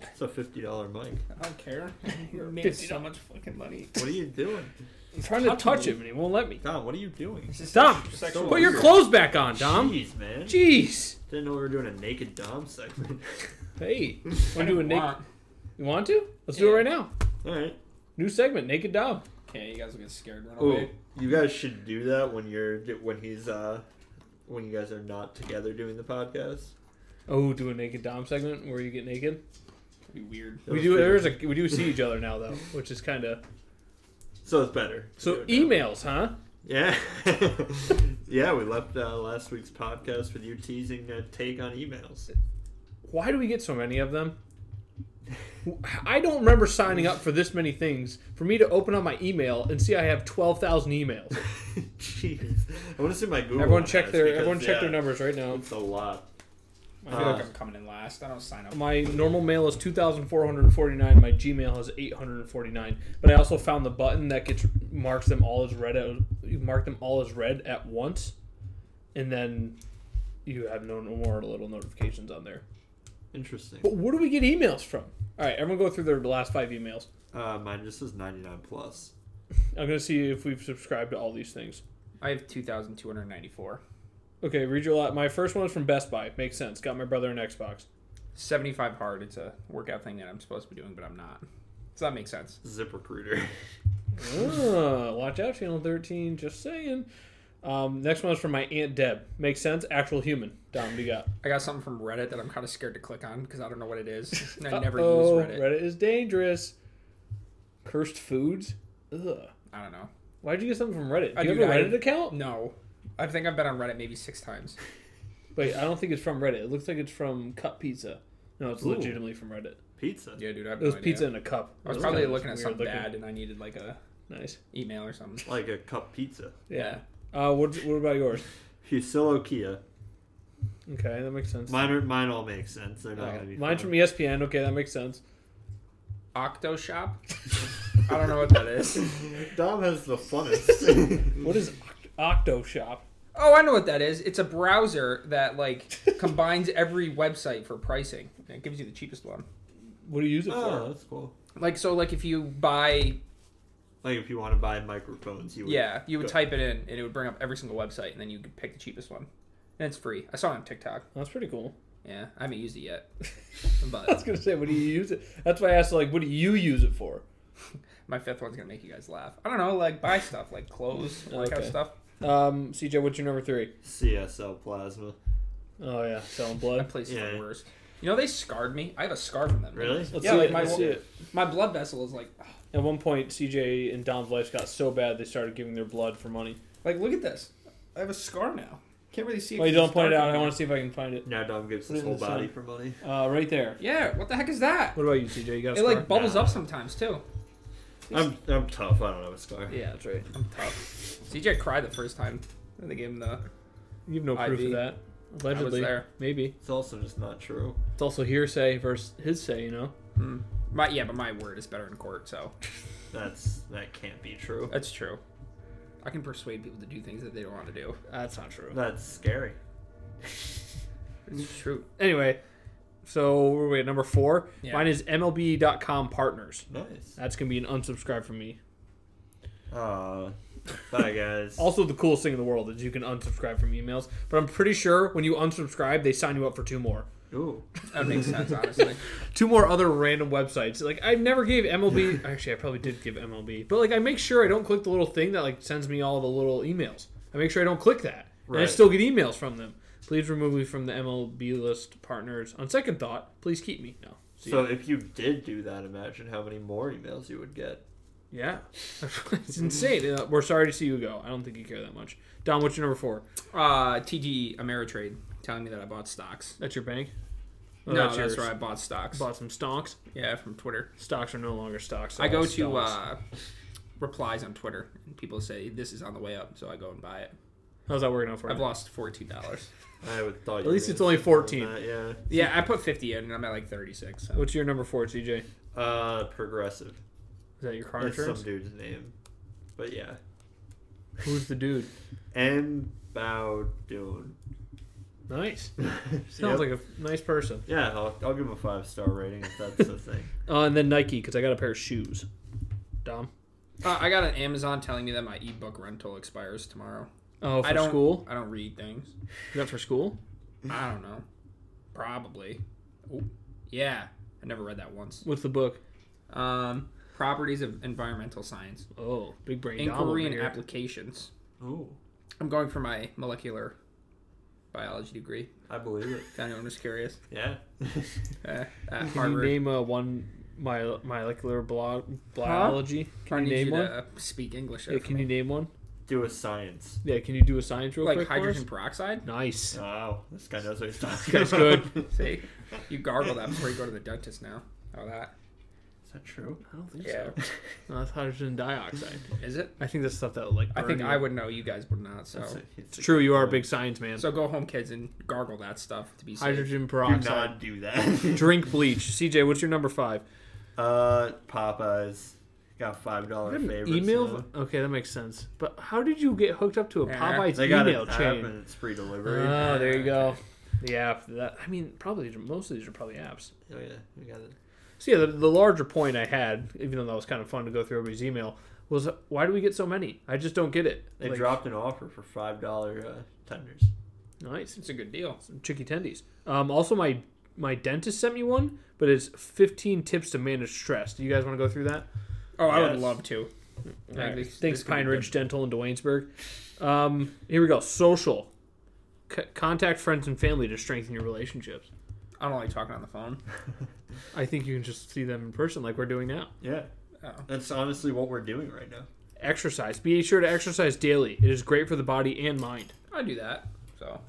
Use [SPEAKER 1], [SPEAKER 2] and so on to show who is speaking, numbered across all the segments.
[SPEAKER 1] It's a fifty dollar mic.
[SPEAKER 2] I don't care. You made
[SPEAKER 3] Fifty
[SPEAKER 2] so
[SPEAKER 3] dollars.
[SPEAKER 2] much fucking money.
[SPEAKER 1] What are you doing,
[SPEAKER 3] I'm trying to touch
[SPEAKER 2] me.
[SPEAKER 3] him and he won't let me.
[SPEAKER 1] Tom? What are you doing?
[SPEAKER 2] This is
[SPEAKER 3] Dom,
[SPEAKER 2] sexual- sexual
[SPEAKER 3] Put your
[SPEAKER 2] abuse.
[SPEAKER 3] clothes back on, Dom.
[SPEAKER 1] Jeez, man.
[SPEAKER 3] Jeez.
[SPEAKER 1] Didn't know we were doing a naked Dom segment.
[SPEAKER 3] Hey,
[SPEAKER 2] I
[SPEAKER 3] want to do a
[SPEAKER 2] don't
[SPEAKER 3] naked?
[SPEAKER 2] want-
[SPEAKER 3] You want to? Let's do it
[SPEAKER 2] Yeah.
[SPEAKER 3] right now.
[SPEAKER 1] All right.
[SPEAKER 3] New segment, naked Dom.
[SPEAKER 2] Okay, you guys will get scared. Run
[SPEAKER 1] Oh,
[SPEAKER 2] away.
[SPEAKER 1] you guys should do that when you're when he's uh when you guys are not together doing the podcast.
[SPEAKER 3] Oh, do a naked Dom segment where you get naked.
[SPEAKER 2] It'd be weird.
[SPEAKER 1] That
[SPEAKER 3] we
[SPEAKER 1] was
[SPEAKER 3] do.
[SPEAKER 1] pretty-
[SPEAKER 3] There's a we do see each other now though, which is kind of
[SPEAKER 1] So it's better. to do
[SPEAKER 3] so.
[SPEAKER 1] it now.
[SPEAKER 3] Emails, huh?
[SPEAKER 1] Yeah. yeah, we left uh, last week's podcast with you teasing a take on emails.
[SPEAKER 3] Why do we get so many of them? I don't remember signing up for this many things for me to open up my email and see I have twelve thousand emails.
[SPEAKER 1] Jeez. I want to see my Google.
[SPEAKER 3] Everyone
[SPEAKER 1] on
[SPEAKER 3] check
[SPEAKER 1] this
[SPEAKER 3] their
[SPEAKER 1] because,
[SPEAKER 3] everyone check
[SPEAKER 1] yeah,
[SPEAKER 3] their numbers right now.
[SPEAKER 1] It's a lot.
[SPEAKER 2] I feel
[SPEAKER 1] Uh,
[SPEAKER 2] like I'm coming in last. I don't sign up.
[SPEAKER 3] My normal mail is 2,449. My Gmail has 849. But I also found the button that gets marks them all as red. At, you mark them all as red at once, and then you have no more little notifications on there.
[SPEAKER 1] Interesting.
[SPEAKER 3] But where do we get emails from? All right, everyone go through their last five emails.
[SPEAKER 1] Uh, mine just says 99 plus.
[SPEAKER 3] I'm gonna see if we've subscribed to all these things.
[SPEAKER 2] I have 2,294.
[SPEAKER 3] Okay, read your lot. My first one is from Best Buy. Makes sense. Got my brother an Xbox.
[SPEAKER 2] 75 hard. It's a workout thing that I'm supposed to be doing, but I'm not. Does that make sense?
[SPEAKER 1] ZipRecruiter.
[SPEAKER 3] Ah, watch out, Channel 13. Just saying. Um, next one is from my Aunt Deb. Makes sense. Actual human. Dom, what do you got?
[SPEAKER 2] I got something from Reddit that I'm kind of scared to click on because I don't know what it is. And I never
[SPEAKER 3] Uh-oh,
[SPEAKER 2] use Reddit.
[SPEAKER 3] Reddit is dangerous. Cursed foods? Ugh.
[SPEAKER 2] I don't know.
[SPEAKER 3] Why'd you get something from Reddit? Do
[SPEAKER 2] I
[SPEAKER 3] you
[SPEAKER 2] do
[SPEAKER 3] have a
[SPEAKER 2] not.
[SPEAKER 3] Reddit account?
[SPEAKER 2] No. I think I've been on Reddit maybe six times.
[SPEAKER 3] Wait, I don't think it's from Reddit. It looks like it's from Cup Pizza. No, it's
[SPEAKER 1] Ooh.
[SPEAKER 3] legitimately from Reddit.
[SPEAKER 1] Pizza.
[SPEAKER 2] Yeah, dude. I have
[SPEAKER 3] It was
[SPEAKER 2] no idea.
[SPEAKER 3] pizza in a cup.
[SPEAKER 2] I was
[SPEAKER 3] It
[SPEAKER 2] probably
[SPEAKER 3] kinda
[SPEAKER 2] looking at
[SPEAKER 3] weird
[SPEAKER 2] something
[SPEAKER 3] looking.
[SPEAKER 2] bad and I needed like a
[SPEAKER 3] Nice.
[SPEAKER 2] email or something.
[SPEAKER 1] Like a cup pizza.
[SPEAKER 3] Yeah. Uh, what, what about yours?
[SPEAKER 1] Fusillo Kia.
[SPEAKER 3] Okay, that makes sense.
[SPEAKER 1] Mine, are, mine all make sense. They're not
[SPEAKER 3] Uh,
[SPEAKER 1] gonna be
[SPEAKER 3] mine's from ESPN. Okay, that makes sense.
[SPEAKER 2] Octo Shop. I don't know what that is.
[SPEAKER 1] Dom has the funnest.
[SPEAKER 3] What is Oct- Octo Shop?
[SPEAKER 2] Oh, I know what that is. It's a browser that like combines every website for pricing. And it gives you the cheapest one.
[SPEAKER 3] What do you use it
[SPEAKER 1] oh,
[SPEAKER 3] for?
[SPEAKER 1] that's cool.
[SPEAKER 2] Like so, like if you buy,
[SPEAKER 1] Like if you want to buy microphones, you would.
[SPEAKER 2] yeah, you would
[SPEAKER 1] Go.
[SPEAKER 2] type it in, and it would bring up every single website, and then you could pick the cheapest one, and it's free. I saw it on TikTok.
[SPEAKER 3] That's pretty cool.
[SPEAKER 2] Yeah, I haven't used it yet,
[SPEAKER 3] I was
[SPEAKER 2] but
[SPEAKER 3] gonna say, what do you use it? That's why I asked, like, what do you use it for?
[SPEAKER 2] my fifth one's gonna make you guys laugh. I don't know, like buy stuff, like clothes, workout
[SPEAKER 3] Okay.
[SPEAKER 2] stuff.
[SPEAKER 3] Um, CJ, what's your number three?
[SPEAKER 1] CSL plasma.
[SPEAKER 3] Oh yeah, selling
[SPEAKER 2] My
[SPEAKER 3] blood.
[SPEAKER 2] place is
[SPEAKER 1] Yeah.
[SPEAKER 2] the worst. You know they scarred me. I have a scar from them.
[SPEAKER 1] Really?
[SPEAKER 3] Let's
[SPEAKER 2] yeah,
[SPEAKER 3] see
[SPEAKER 2] like
[SPEAKER 3] it.
[SPEAKER 2] my
[SPEAKER 3] Let's see it.
[SPEAKER 2] my blood vessel is like
[SPEAKER 3] At one point, CJ and Dom's life got so bad they started giving their blood for money.
[SPEAKER 2] like look at this. I have a scar now. Can't really see.
[SPEAKER 3] Well, you don't point it out. I want to see if I can find it.
[SPEAKER 1] Now Dom gives
[SPEAKER 3] Put it
[SPEAKER 1] his
[SPEAKER 3] in
[SPEAKER 1] whole
[SPEAKER 3] the
[SPEAKER 1] body
[SPEAKER 3] sun.
[SPEAKER 1] for money.
[SPEAKER 3] Uh, right there.
[SPEAKER 2] Yeah, what the heck is that?
[SPEAKER 3] What about you, CJ? You got a
[SPEAKER 2] It
[SPEAKER 3] scar?
[SPEAKER 2] like bubbles
[SPEAKER 1] Nah.
[SPEAKER 2] up sometimes too.
[SPEAKER 1] I'm I'm tough. I don't have a scar.
[SPEAKER 2] Yeah,
[SPEAKER 3] that's right.
[SPEAKER 2] I'm tough. CJ cried the first time when they gave him the.
[SPEAKER 3] You have no proof
[SPEAKER 2] IV.
[SPEAKER 3] of that. Allegedly,
[SPEAKER 2] there.
[SPEAKER 3] maybe
[SPEAKER 1] It's also just not true.
[SPEAKER 3] it's also hearsay versus his say. You know.
[SPEAKER 2] Hmm. My yeah, but my word is better in court, so
[SPEAKER 1] That's that can't be true.
[SPEAKER 2] that's true. I can persuade people to do things that they don't want to do.
[SPEAKER 3] That's not true.
[SPEAKER 1] That's scary.
[SPEAKER 2] It's true.
[SPEAKER 3] Anyway, so we're we at number four.
[SPEAKER 2] Yeah.
[SPEAKER 3] Mine is MLB.com partners.
[SPEAKER 1] Nice.
[SPEAKER 3] That's gonna be an unsubscribe from me.
[SPEAKER 1] Uh, bye guys.
[SPEAKER 3] Also, the coolest thing in the world is you can unsubscribe from emails. But I'm pretty sure when you unsubscribe, they sign you up for two more,
[SPEAKER 1] Ooh.
[SPEAKER 2] That makes sense, honestly.
[SPEAKER 3] two more other random websites. Like I never gave MLB. Actually, I probably did give MLB, but like I make sure I don't click the little thing that like sends me all the little emails. I make sure I don't click that, and I
[SPEAKER 1] Right.
[SPEAKER 3] still get emails from them. Please remove me from the MLB list partners. On second thought, please keep me. No. See
[SPEAKER 1] So
[SPEAKER 3] ya.
[SPEAKER 1] if you did do that, imagine how many more emails you would get.
[SPEAKER 3] yeah, it's insane. Uh, we're sorry to see you go. I don't think you care that much. Don, what's your number four?
[SPEAKER 2] Uh, TD Ameritrade telling me that I bought stocks.
[SPEAKER 3] That's your bank. Oh,
[SPEAKER 2] No, that's,
[SPEAKER 3] yours.
[SPEAKER 2] where I bought stocks.
[SPEAKER 3] Bought some stonks.
[SPEAKER 2] yeah, from Twitter.
[SPEAKER 3] Stocks are no longer stocks.
[SPEAKER 2] I
[SPEAKER 3] they're
[SPEAKER 2] go
[SPEAKER 3] all
[SPEAKER 2] to
[SPEAKER 3] stonks.
[SPEAKER 2] uh, replies on Twitter, and people say this is on the way up, so I go and buy it.
[SPEAKER 3] How's that working out for
[SPEAKER 2] I've
[SPEAKER 3] you?
[SPEAKER 2] lost fourteen dollars.
[SPEAKER 1] I would thought.
[SPEAKER 3] At least it's only 14.
[SPEAKER 1] yeah.
[SPEAKER 2] yeah, I put fifty in, and I'm at like thirty six. So.
[SPEAKER 3] What's your number four, CJ? Is
[SPEAKER 1] Uh, progressive.
[SPEAKER 3] that your car
[SPEAKER 1] That's some
[SPEAKER 3] insurance?
[SPEAKER 1] dude's name. But yeah.
[SPEAKER 3] Who's the dude?
[SPEAKER 1] And Bowdoin.
[SPEAKER 3] Nice.
[SPEAKER 1] Yep.
[SPEAKER 3] Sounds like a nice person.
[SPEAKER 1] yeah, I'll, I'll give a five star rating if that's the thing.
[SPEAKER 3] Uh, and then Nike because I got a pair of shoes. Dom.
[SPEAKER 2] Uh, I got an Amazon telling me that my ebook rental expires tomorrow.
[SPEAKER 3] Oh, for
[SPEAKER 2] I don't.
[SPEAKER 3] school.
[SPEAKER 2] I don't read things.
[SPEAKER 3] Is that for school?
[SPEAKER 2] I don't know. Probably. Oh, yeah. I never read that once.
[SPEAKER 3] What's the book?
[SPEAKER 2] Um, properties of environmental science,
[SPEAKER 3] Oh, big brain. Dom over
[SPEAKER 2] inquiry and
[SPEAKER 3] here.
[SPEAKER 2] applications.
[SPEAKER 1] Ooh,
[SPEAKER 2] I'm going for my molecular biology degree.
[SPEAKER 1] I believe it.
[SPEAKER 2] If anyone was curious,
[SPEAKER 1] Yeah.
[SPEAKER 2] uh, at
[SPEAKER 3] Can you
[SPEAKER 2] Harvard.
[SPEAKER 3] name uh, one my molecular blo- biology?
[SPEAKER 2] I
[SPEAKER 3] Can you
[SPEAKER 2] need
[SPEAKER 3] name
[SPEAKER 2] you
[SPEAKER 3] one?
[SPEAKER 2] to uh, speak English.
[SPEAKER 3] Yeah,
[SPEAKER 2] there for
[SPEAKER 3] can
[SPEAKER 2] me.
[SPEAKER 3] you name one?
[SPEAKER 1] Do a science.
[SPEAKER 3] Yeah, can you do a science real
[SPEAKER 2] like
[SPEAKER 3] quick? for us?
[SPEAKER 2] hydrogen peroxide?
[SPEAKER 3] Nice.
[SPEAKER 1] Wow, this guy knows what he's talking
[SPEAKER 3] This guy's
[SPEAKER 1] about.
[SPEAKER 3] good.
[SPEAKER 2] See, you gargle that before you go to the dentist now. How that?
[SPEAKER 1] Is that true?
[SPEAKER 3] I don't think
[SPEAKER 2] Yeah.
[SPEAKER 3] so. No, that's hydrogen dioxide.
[SPEAKER 2] Is it?
[SPEAKER 3] I think that's stuff that like.
[SPEAKER 2] I think
[SPEAKER 3] burn
[SPEAKER 2] I
[SPEAKER 3] you.
[SPEAKER 2] would know. You guys would not. So,
[SPEAKER 1] That's a- it's
[SPEAKER 3] It's
[SPEAKER 1] a-
[SPEAKER 3] true. You are a big science man.
[SPEAKER 2] so go home, kids, and gargle that stuff to be safe.
[SPEAKER 3] hydrogen
[SPEAKER 1] Do
[SPEAKER 3] peroxide.
[SPEAKER 1] not do that.
[SPEAKER 3] Drink bleach. CJ, what's your number five?
[SPEAKER 1] Uh, Popeyes got five dollar
[SPEAKER 3] An
[SPEAKER 1] favorites.
[SPEAKER 3] email.
[SPEAKER 1] now.
[SPEAKER 3] Okay, that makes sense. But how did you get hooked up to a
[SPEAKER 2] Yeah.
[SPEAKER 3] Popeyes
[SPEAKER 1] They got
[SPEAKER 3] email
[SPEAKER 1] an app
[SPEAKER 3] chain?
[SPEAKER 1] and it's free delivery.
[SPEAKER 3] Oh, there you go. The app. That I mean, probably most of these are probably apps.
[SPEAKER 1] oh yeah, we got it.
[SPEAKER 3] So yeah, the, the larger point I had, even though that was kind of fun to go through everybody's email, was uh, why do we get so many? I just don't get it.
[SPEAKER 1] They
[SPEAKER 3] Like,
[SPEAKER 1] dropped an offer for five dollar uh, tenders.
[SPEAKER 3] nice
[SPEAKER 2] It's a good deal.
[SPEAKER 3] some chicky tendies. Um, also my my dentist sent me one, but it's 15 tips to manage stress. Do you guys want to go through that?
[SPEAKER 2] Oh, I would
[SPEAKER 1] Yes.
[SPEAKER 2] love to. Like,
[SPEAKER 3] Alright,
[SPEAKER 2] this-
[SPEAKER 3] Thanks,
[SPEAKER 2] this could be
[SPEAKER 3] Pine
[SPEAKER 2] good.
[SPEAKER 3] Ridge Dental in Dwaynesburg. Um, here we go. Social. C- contact friends and family to strengthen your relationships.
[SPEAKER 2] I don't like talking on the phone.
[SPEAKER 3] I think you can just see them in person like we're doing now.
[SPEAKER 1] Yeah,
[SPEAKER 2] Oh.
[SPEAKER 1] that's honestly what we're doing right now.
[SPEAKER 3] Exercise. Be sure to exercise daily. It is great for the body and mind.
[SPEAKER 2] I do that. So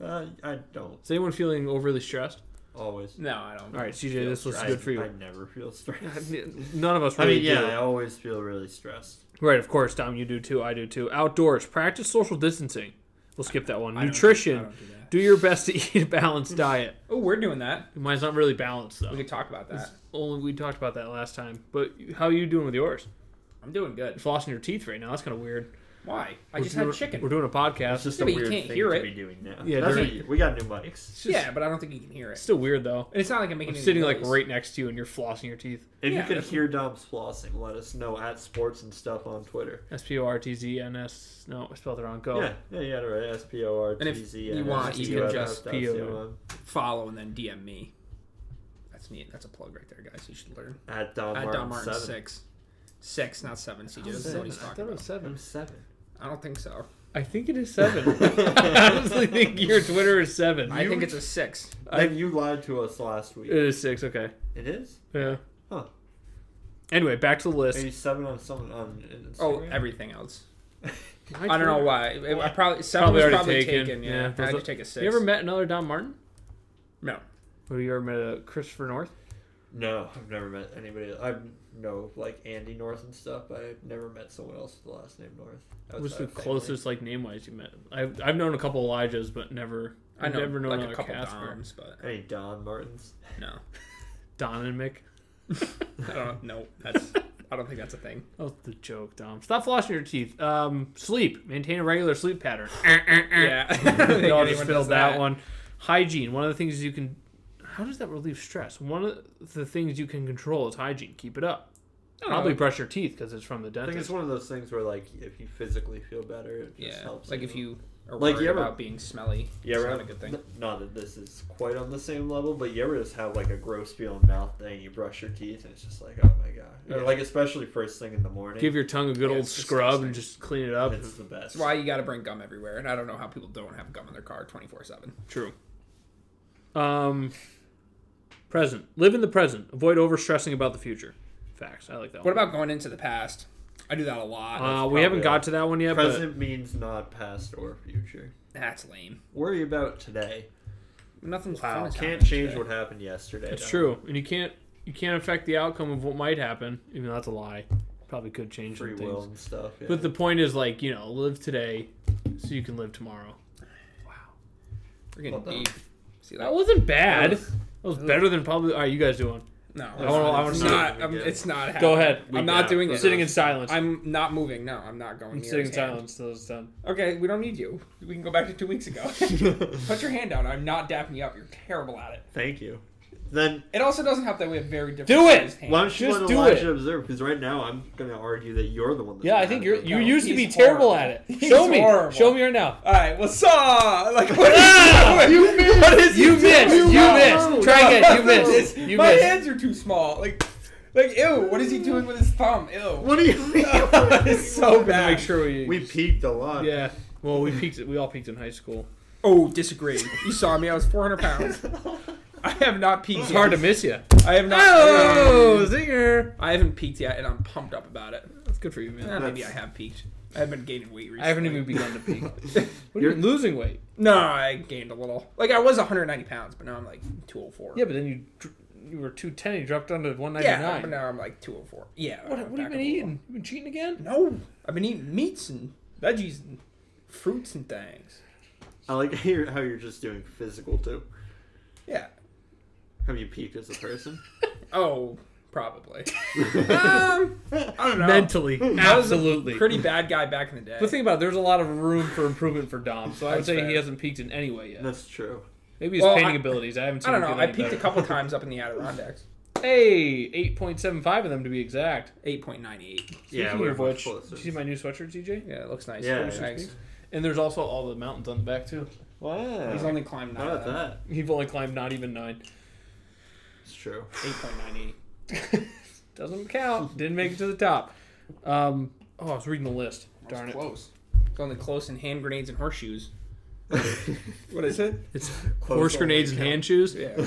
[SPEAKER 1] Uh, I don't
[SPEAKER 3] Is anyone feeling overly stressed?
[SPEAKER 1] always.
[SPEAKER 2] no, I don't.
[SPEAKER 3] All right, CJ, this was
[SPEAKER 1] I,
[SPEAKER 3] good for
[SPEAKER 1] I
[SPEAKER 3] you.
[SPEAKER 1] never feel stressed.
[SPEAKER 3] None of us
[SPEAKER 1] I
[SPEAKER 3] really
[SPEAKER 1] mean, yeah,
[SPEAKER 3] do.
[SPEAKER 1] I always feel really stressed.
[SPEAKER 3] Right, of course, Dom, you do too. I do too. Outdoors, practice social distancing. We'll skip that one.
[SPEAKER 2] I don't do-
[SPEAKER 3] Nutrition.
[SPEAKER 2] I don't do that.
[SPEAKER 3] do your best to eat a balanced diet.
[SPEAKER 2] Oh, we're doing that.
[SPEAKER 3] Mine's not really balanced though.
[SPEAKER 2] We could talk about that.
[SPEAKER 3] It's only we talked about that last time. But how are you doing with yours?
[SPEAKER 2] I'm doing
[SPEAKER 3] You're
[SPEAKER 2] good.
[SPEAKER 3] flossing your teeth right now. That's kind of weird.
[SPEAKER 2] Why? I
[SPEAKER 3] We're
[SPEAKER 2] just
[SPEAKER 3] doing-
[SPEAKER 2] had chicken.
[SPEAKER 3] We're doing a
[SPEAKER 1] That's
[SPEAKER 3] podcast.
[SPEAKER 1] just
[SPEAKER 2] Yeah,
[SPEAKER 1] a
[SPEAKER 2] but you
[SPEAKER 1] weird
[SPEAKER 2] can't
[SPEAKER 1] thing
[SPEAKER 2] hear
[SPEAKER 1] to
[SPEAKER 2] it.
[SPEAKER 1] be doing now.
[SPEAKER 3] Yeah,
[SPEAKER 1] That's
[SPEAKER 3] during-
[SPEAKER 1] what you- we got new mics.
[SPEAKER 3] It's just-
[SPEAKER 2] yeah, but I don't think you can hear it.
[SPEAKER 3] Still weird though.
[SPEAKER 2] And it's not like I'm making.
[SPEAKER 3] I'm
[SPEAKER 2] any
[SPEAKER 3] sitting like
[SPEAKER 2] noise.
[SPEAKER 3] right next to you and you're flossing your teeth.
[SPEAKER 1] If
[SPEAKER 2] Yeah,
[SPEAKER 1] you can
[SPEAKER 2] that's-
[SPEAKER 1] hear Dom's flossing, let us know at sports and stuff on Twitter.
[SPEAKER 3] S P O R T Z N S. No, I spelled it wrong. Go.
[SPEAKER 1] Yeah, yeah, you got it right. S P O R T Z.
[SPEAKER 2] And if you want, you can just
[SPEAKER 1] PO
[SPEAKER 2] follow and then DM me. That's neat. That's a plug right there, guys. You should learn.
[SPEAKER 1] at Dom
[SPEAKER 2] At Don
[SPEAKER 1] Martin
[SPEAKER 2] Martin
[SPEAKER 1] seven.
[SPEAKER 2] six, six, not seven. CJ,
[SPEAKER 3] It was
[SPEAKER 2] this is
[SPEAKER 1] Seven.
[SPEAKER 2] what he's
[SPEAKER 3] I
[SPEAKER 2] talking
[SPEAKER 3] thought it was
[SPEAKER 2] about.
[SPEAKER 3] seven.
[SPEAKER 1] I'm seven.
[SPEAKER 2] I don't think so.
[SPEAKER 3] I think it is seven. I honestly think your Twitter is seven.
[SPEAKER 2] I think it's a six.
[SPEAKER 3] I-
[SPEAKER 1] Then you lied to us last week.
[SPEAKER 3] it is six. Okay.
[SPEAKER 1] It is.
[SPEAKER 3] Yeah.
[SPEAKER 1] Huh.
[SPEAKER 3] Anyway, back to the list.
[SPEAKER 1] Maybe seven on some on. Instagram?
[SPEAKER 2] Oh, everything else. I don't know why. It- I probably seven
[SPEAKER 3] Probably
[SPEAKER 2] was
[SPEAKER 3] already
[SPEAKER 2] probably
[SPEAKER 3] taken.
[SPEAKER 2] taken. yeah,
[SPEAKER 3] Yeah.
[SPEAKER 2] I just take a six.
[SPEAKER 3] You ever met another Don Martin?
[SPEAKER 2] No.
[SPEAKER 3] Or you ever met a Christopher North?
[SPEAKER 1] No, I've never met anybody. I know like Andy North and stuff, but I've never met someone else with the last name North.
[SPEAKER 3] Who's
[SPEAKER 1] outside
[SPEAKER 3] the
[SPEAKER 1] of family.
[SPEAKER 3] closest like name wise you met? I've, I've known a couple Elijahs, but never
[SPEAKER 2] I
[SPEAKER 3] I've
[SPEAKER 2] know
[SPEAKER 3] never known
[SPEAKER 2] like
[SPEAKER 3] another
[SPEAKER 2] a couple
[SPEAKER 3] Casper.
[SPEAKER 2] times, but
[SPEAKER 1] Any Don Martins?
[SPEAKER 2] no.
[SPEAKER 3] Don and Mick.
[SPEAKER 2] I don't know. No, that's. I don't think that's a thing.
[SPEAKER 3] That was Oh, the joke, Dom. Stop flossing your teeth. Um, sleep. Maintain a regular sleep pattern.
[SPEAKER 2] Yeah. I don't think
[SPEAKER 3] we all just
[SPEAKER 2] anyone does
[SPEAKER 3] filled that one. Hygiene. One of the things you can. How does that relieve stress? One of the things you can control is hygiene. Keep it up.
[SPEAKER 2] I don't know,
[SPEAKER 3] Probably brush your teeth because it's from the
[SPEAKER 1] I think it's
[SPEAKER 3] dentist.
[SPEAKER 1] one of those things where like if you physically feel better, it just
[SPEAKER 2] Yeah,
[SPEAKER 1] helps.
[SPEAKER 2] like if you are
[SPEAKER 1] Like, you
[SPEAKER 2] worried
[SPEAKER 1] ever-
[SPEAKER 2] about being smelly,
[SPEAKER 1] Yeah,
[SPEAKER 2] it's
[SPEAKER 1] right.
[SPEAKER 2] not a good thing.
[SPEAKER 1] N- Not that this is quite on the same level, but you ever just have like a gross feeling mouth thing, you brush your teeth, and it's just like, oh my god. Or,
[SPEAKER 3] Yeah.
[SPEAKER 1] like, especially first thing in the morning.
[SPEAKER 3] Give your tongue a good
[SPEAKER 2] Yeah,
[SPEAKER 3] old
[SPEAKER 2] it's
[SPEAKER 3] scrub and
[SPEAKER 2] disgusting.
[SPEAKER 3] just clean it up.
[SPEAKER 1] It's the best.
[SPEAKER 2] That's why you got to bring gum everywhere, and I don't know how people don't have gum in their car twenty four seven.
[SPEAKER 3] True. Um, present. Live in the present. Avoid overstressing about the future. Facts. I like that.
[SPEAKER 2] What
[SPEAKER 3] one.
[SPEAKER 2] about going into the past? I do that a lot.
[SPEAKER 3] Uh, we
[SPEAKER 1] probably
[SPEAKER 3] haven't got to that one yet.
[SPEAKER 1] Present means not past or future.
[SPEAKER 2] That's lame.
[SPEAKER 1] Worry about today.
[SPEAKER 2] Nothing's fun.
[SPEAKER 1] Wow.
[SPEAKER 2] as
[SPEAKER 1] Can't
[SPEAKER 2] happening
[SPEAKER 1] change
[SPEAKER 2] today.
[SPEAKER 1] what happened yesterday.
[SPEAKER 3] But it's
[SPEAKER 1] though.
[SPEAKER 3] true, and you can't you can't affect the outcome of what might happen. Even though that's a lie. Probably could change
[SPEAKER 1] Free
[SPEAKER 3] some
[SPEAKER 1] will
[SPEAKER 3] things.
[SPEAKER 1] and stuff. yeah.
[SPEAKER 3] But the point is, like you know, live today so you can live tomorrow.
[SPEAKER 2] We're getting
[SPEAKER 1] Well done.
[SPEAKER 2] deep. See that?
[SPEAKER 3] That
[SPEAKER 1] That
[SPEAKER 3] wasn't bad. That
[SPEAKER 1] was-
[SPEAKER 3] was, better than probably. All right, you guys do one.
[SPEAKER 2] No,
[SPEAKER 3] No,
[SPEAKER 2] I
[SPEAKER 3] it's
[SPEAKER 2] am
[SPEAKER 1] not.
[SPEAKER 2] not. I'm, it's not. Happening.
[SPEAKER 3] Go ahead.
[SPEAKER 2] I'm not
[SPEAKER 1] Yeah.
[SPEAKER 2] doing
[SPEAKER 3] I'm
[SPEAKER 2] it.
[SPEAKER 3] sitting in silence. I'm,
[SPEAKER 2] I'm not moving. No, I'm not going. near
[SPEAKER 3] sitting in
[SPEAKER 2] his hand.
[SPEAKER 3] silence till it's done.
[SPEAKER 2] Okay, we don't need you. We can go back to two weeks ago. Put your hand down. I'm not dapping you up. You're terrible at it.
[SPEAKER 1] Thank you. Then
[SPEAKER 2] It also doesn't help that we have very different
[SPEAKER 3] Do it!
[SPEAKER 2] sized hands.
[SPEAKER 1] why don't you
[SPEAKER 3] Just
[SPEAKER 1] let
[SPEAKER 3] do
[SPEAKER 1] Elijah
[SPEAKER 3] it.
[SPEAKER 1] observe? Because right now I'm going to argue that you're the one. That's
[SPEAKER 3] Yeah, I
[SPEAKER 1] bad
[SPEAKER 3] think
[SPEAKER 1] at
[SPEAKER 3] you're,
[SPEAKER 1] it.
[SPEAKER 3] you
[SPEAKER 2] No,
[SPEAKER 3] used to be
[SPEAKER 2] he's
[SPEAKER 3] terrible
[SPEAKER 2] horrible.
[SPEAKER 3] at it.
[SPEAKER 2] He's
[SPEAKER 3] Show me.
[SPEAKER 2] horrible.
[SPEAKER 3] Show me right now.
[SPEAKER 2] All right, what's up? Like, what
[SPEAKER 3] Ah!
[SPEAKER 2] are you doing? What is
[SPEAKER 3] You missed. You
[SPEAKER 1] No,
[SPEAKER 3] missed. Try again. You missed. You
[SPEAKER 2] My
[SPEAKER 3] missed.
[SPEAKER 2] hands are too small. Like, like, ew. What is he doing with his thumb? Ew.
[SPEAKER 1] What are you?
[SPEAKER 2] it's so
[SPEAKER 3] To
[SPEAKER 2] bad.
[SPEAKER 3] make sure we.
[SPEAKER 1] we peaked a lot.
[SPEAKER 3] yeah. Well, we peaked. We all peaked in high school.
[SPEAKER 2] Oh, disagree. You saw me. I was 400 pounds. I have not peaked.
[SPEAKER 3] It's
[SPEAKER 2] yet.
[SPEAKER 3] hard to miss you.
[SPEAKER 2] I have not.
[SPEAKER 3] Oh, zinger!
[SPEAKER 2] I haven't peaked yet, and I'm pumped up about it.
[SPEAKER 3] That's good for you,
[SPEAKER 2] Eh,
[SPEAKER 3] man.
[SPEAKER 2] maybe I
[SPEAKER 1] That's-
[SPEAKER 2] have peaked. I have been gaining weight recently.
[SPEAKER 3] I haven't even begun to peak. What do you
[SPEAKER 1] You're-
[SPEAKER 3] mean losing weight?
[SPEAKER 2] No, I gained a little. Like I was 190 pounds, but now I'm like 204.
[SPEAKER 3] Yeah, but then you dr- you were two ten. You dropped down to one ninety
[SPEAKER 2] Yeah, but
[SPEAKER 3] nine.
[SPEAKER 2] now I'm like 204. Yeah.
[SPEAKER 3] What, what have
[SPEAKER 2] I'm
[SPEAKER 3] you
[SPEAKER 2] back
[SPEAKER 3] been
[SPEAKER 2] up a little.
[SPEAKER 3] eating? You been cheating again?
[SPEAKER 2] No, I've been eating meats and veggies and fruits and things.
[SPEAKER 1] I like how you're, how you're just doing physical too.
[SPEAKER 2] Yeah.
[SPEAKER 1] Have you peaked as a person?
[SPEAKER 2] Oh, probably. um, I don't know.
[SPEAKER 3] Mentally, absolutely.
[SPEAKER 2] Pretty bad guy back in the day.
[SPEAKER 3] But think about it. There's a lot of room for improvement for Dom. So I would
[SPEAKER 2] That's
[SPEAKER 3] say he
[SPEAKER 2] fair.
[SPEAKER 3] hasn't peaked in any way yet.
[SPEAKER 1] That's true.
[SPEAKER 3] Maybe his
[SPEAKER 2] Well,
[SPEAKER 3] painting
[SPEAKER 2] I-
[SPEAKER 3] abilities. I haven't seen.
[SPEAKER 2] I don't
[SPEAKER 3] him
[SPEAKER 2] know.
[SPEAKER 3] get
[SPEAKER 2] I
[SPEAKER 3] any
[SPEAKER 2] peaked a
[SPEAKER 3] better.
[SPEAKER 2] couple times up in the Adirondacks.
[SPEAKER 3] Hey, eight point seven five of them to be exact.
[SPEAKER 2] 8.98.
[SPEAKER 1] yeah,
[SPEAKER 3] Speaking
[SPEAKER 1] we're
[SPEAKER 3] of
[SPEAKER 1] much
[SPEAKER 3] which, did
[SPEAKER 1] closer.
[SPEAKER 3] you see my new sweatshirt, CJ?
[SPEAKER 2] Yeah, it looks nice.
[SPEAKER 1] Yeah,
[SPEAKER 2] Looks
[SPEAKER 1] yeah.
[SPEAKER 2] nice.
[SPEAKER 3] And there's also all the mountains on the back too.
[SPEAKER 1] Wow.
[SPEAKER 2] He's only climbed
[SPEAKER 1] How
[SPEAKER 2] nine.
[SPEAKER 1] about that?
[SPEAKER 3] You've only climbed not even nine.
[SPEAKER 1] It's true.
[SPEAKER 2] 8.98.
[SPEAKER 3] Doesn't count. Didn't make it to the top. Um, oh, I was reading the list. Darn it.
[SPEAKER 2] close. It's only close in hand grenades and horseshoes. What is it?
[SPEAKER 3] It's
[SPEAKER 1] Close
[SPEAKER 3] horse
[SPEAKER 1] all
[SPEAKER 3] grenades
[SPEAKER 1] the
[SPEAKER 3] and
[SPEAKER 1] count.
[SPEAKER 3] hand shoes.
[SPEAKER 2] Yeah.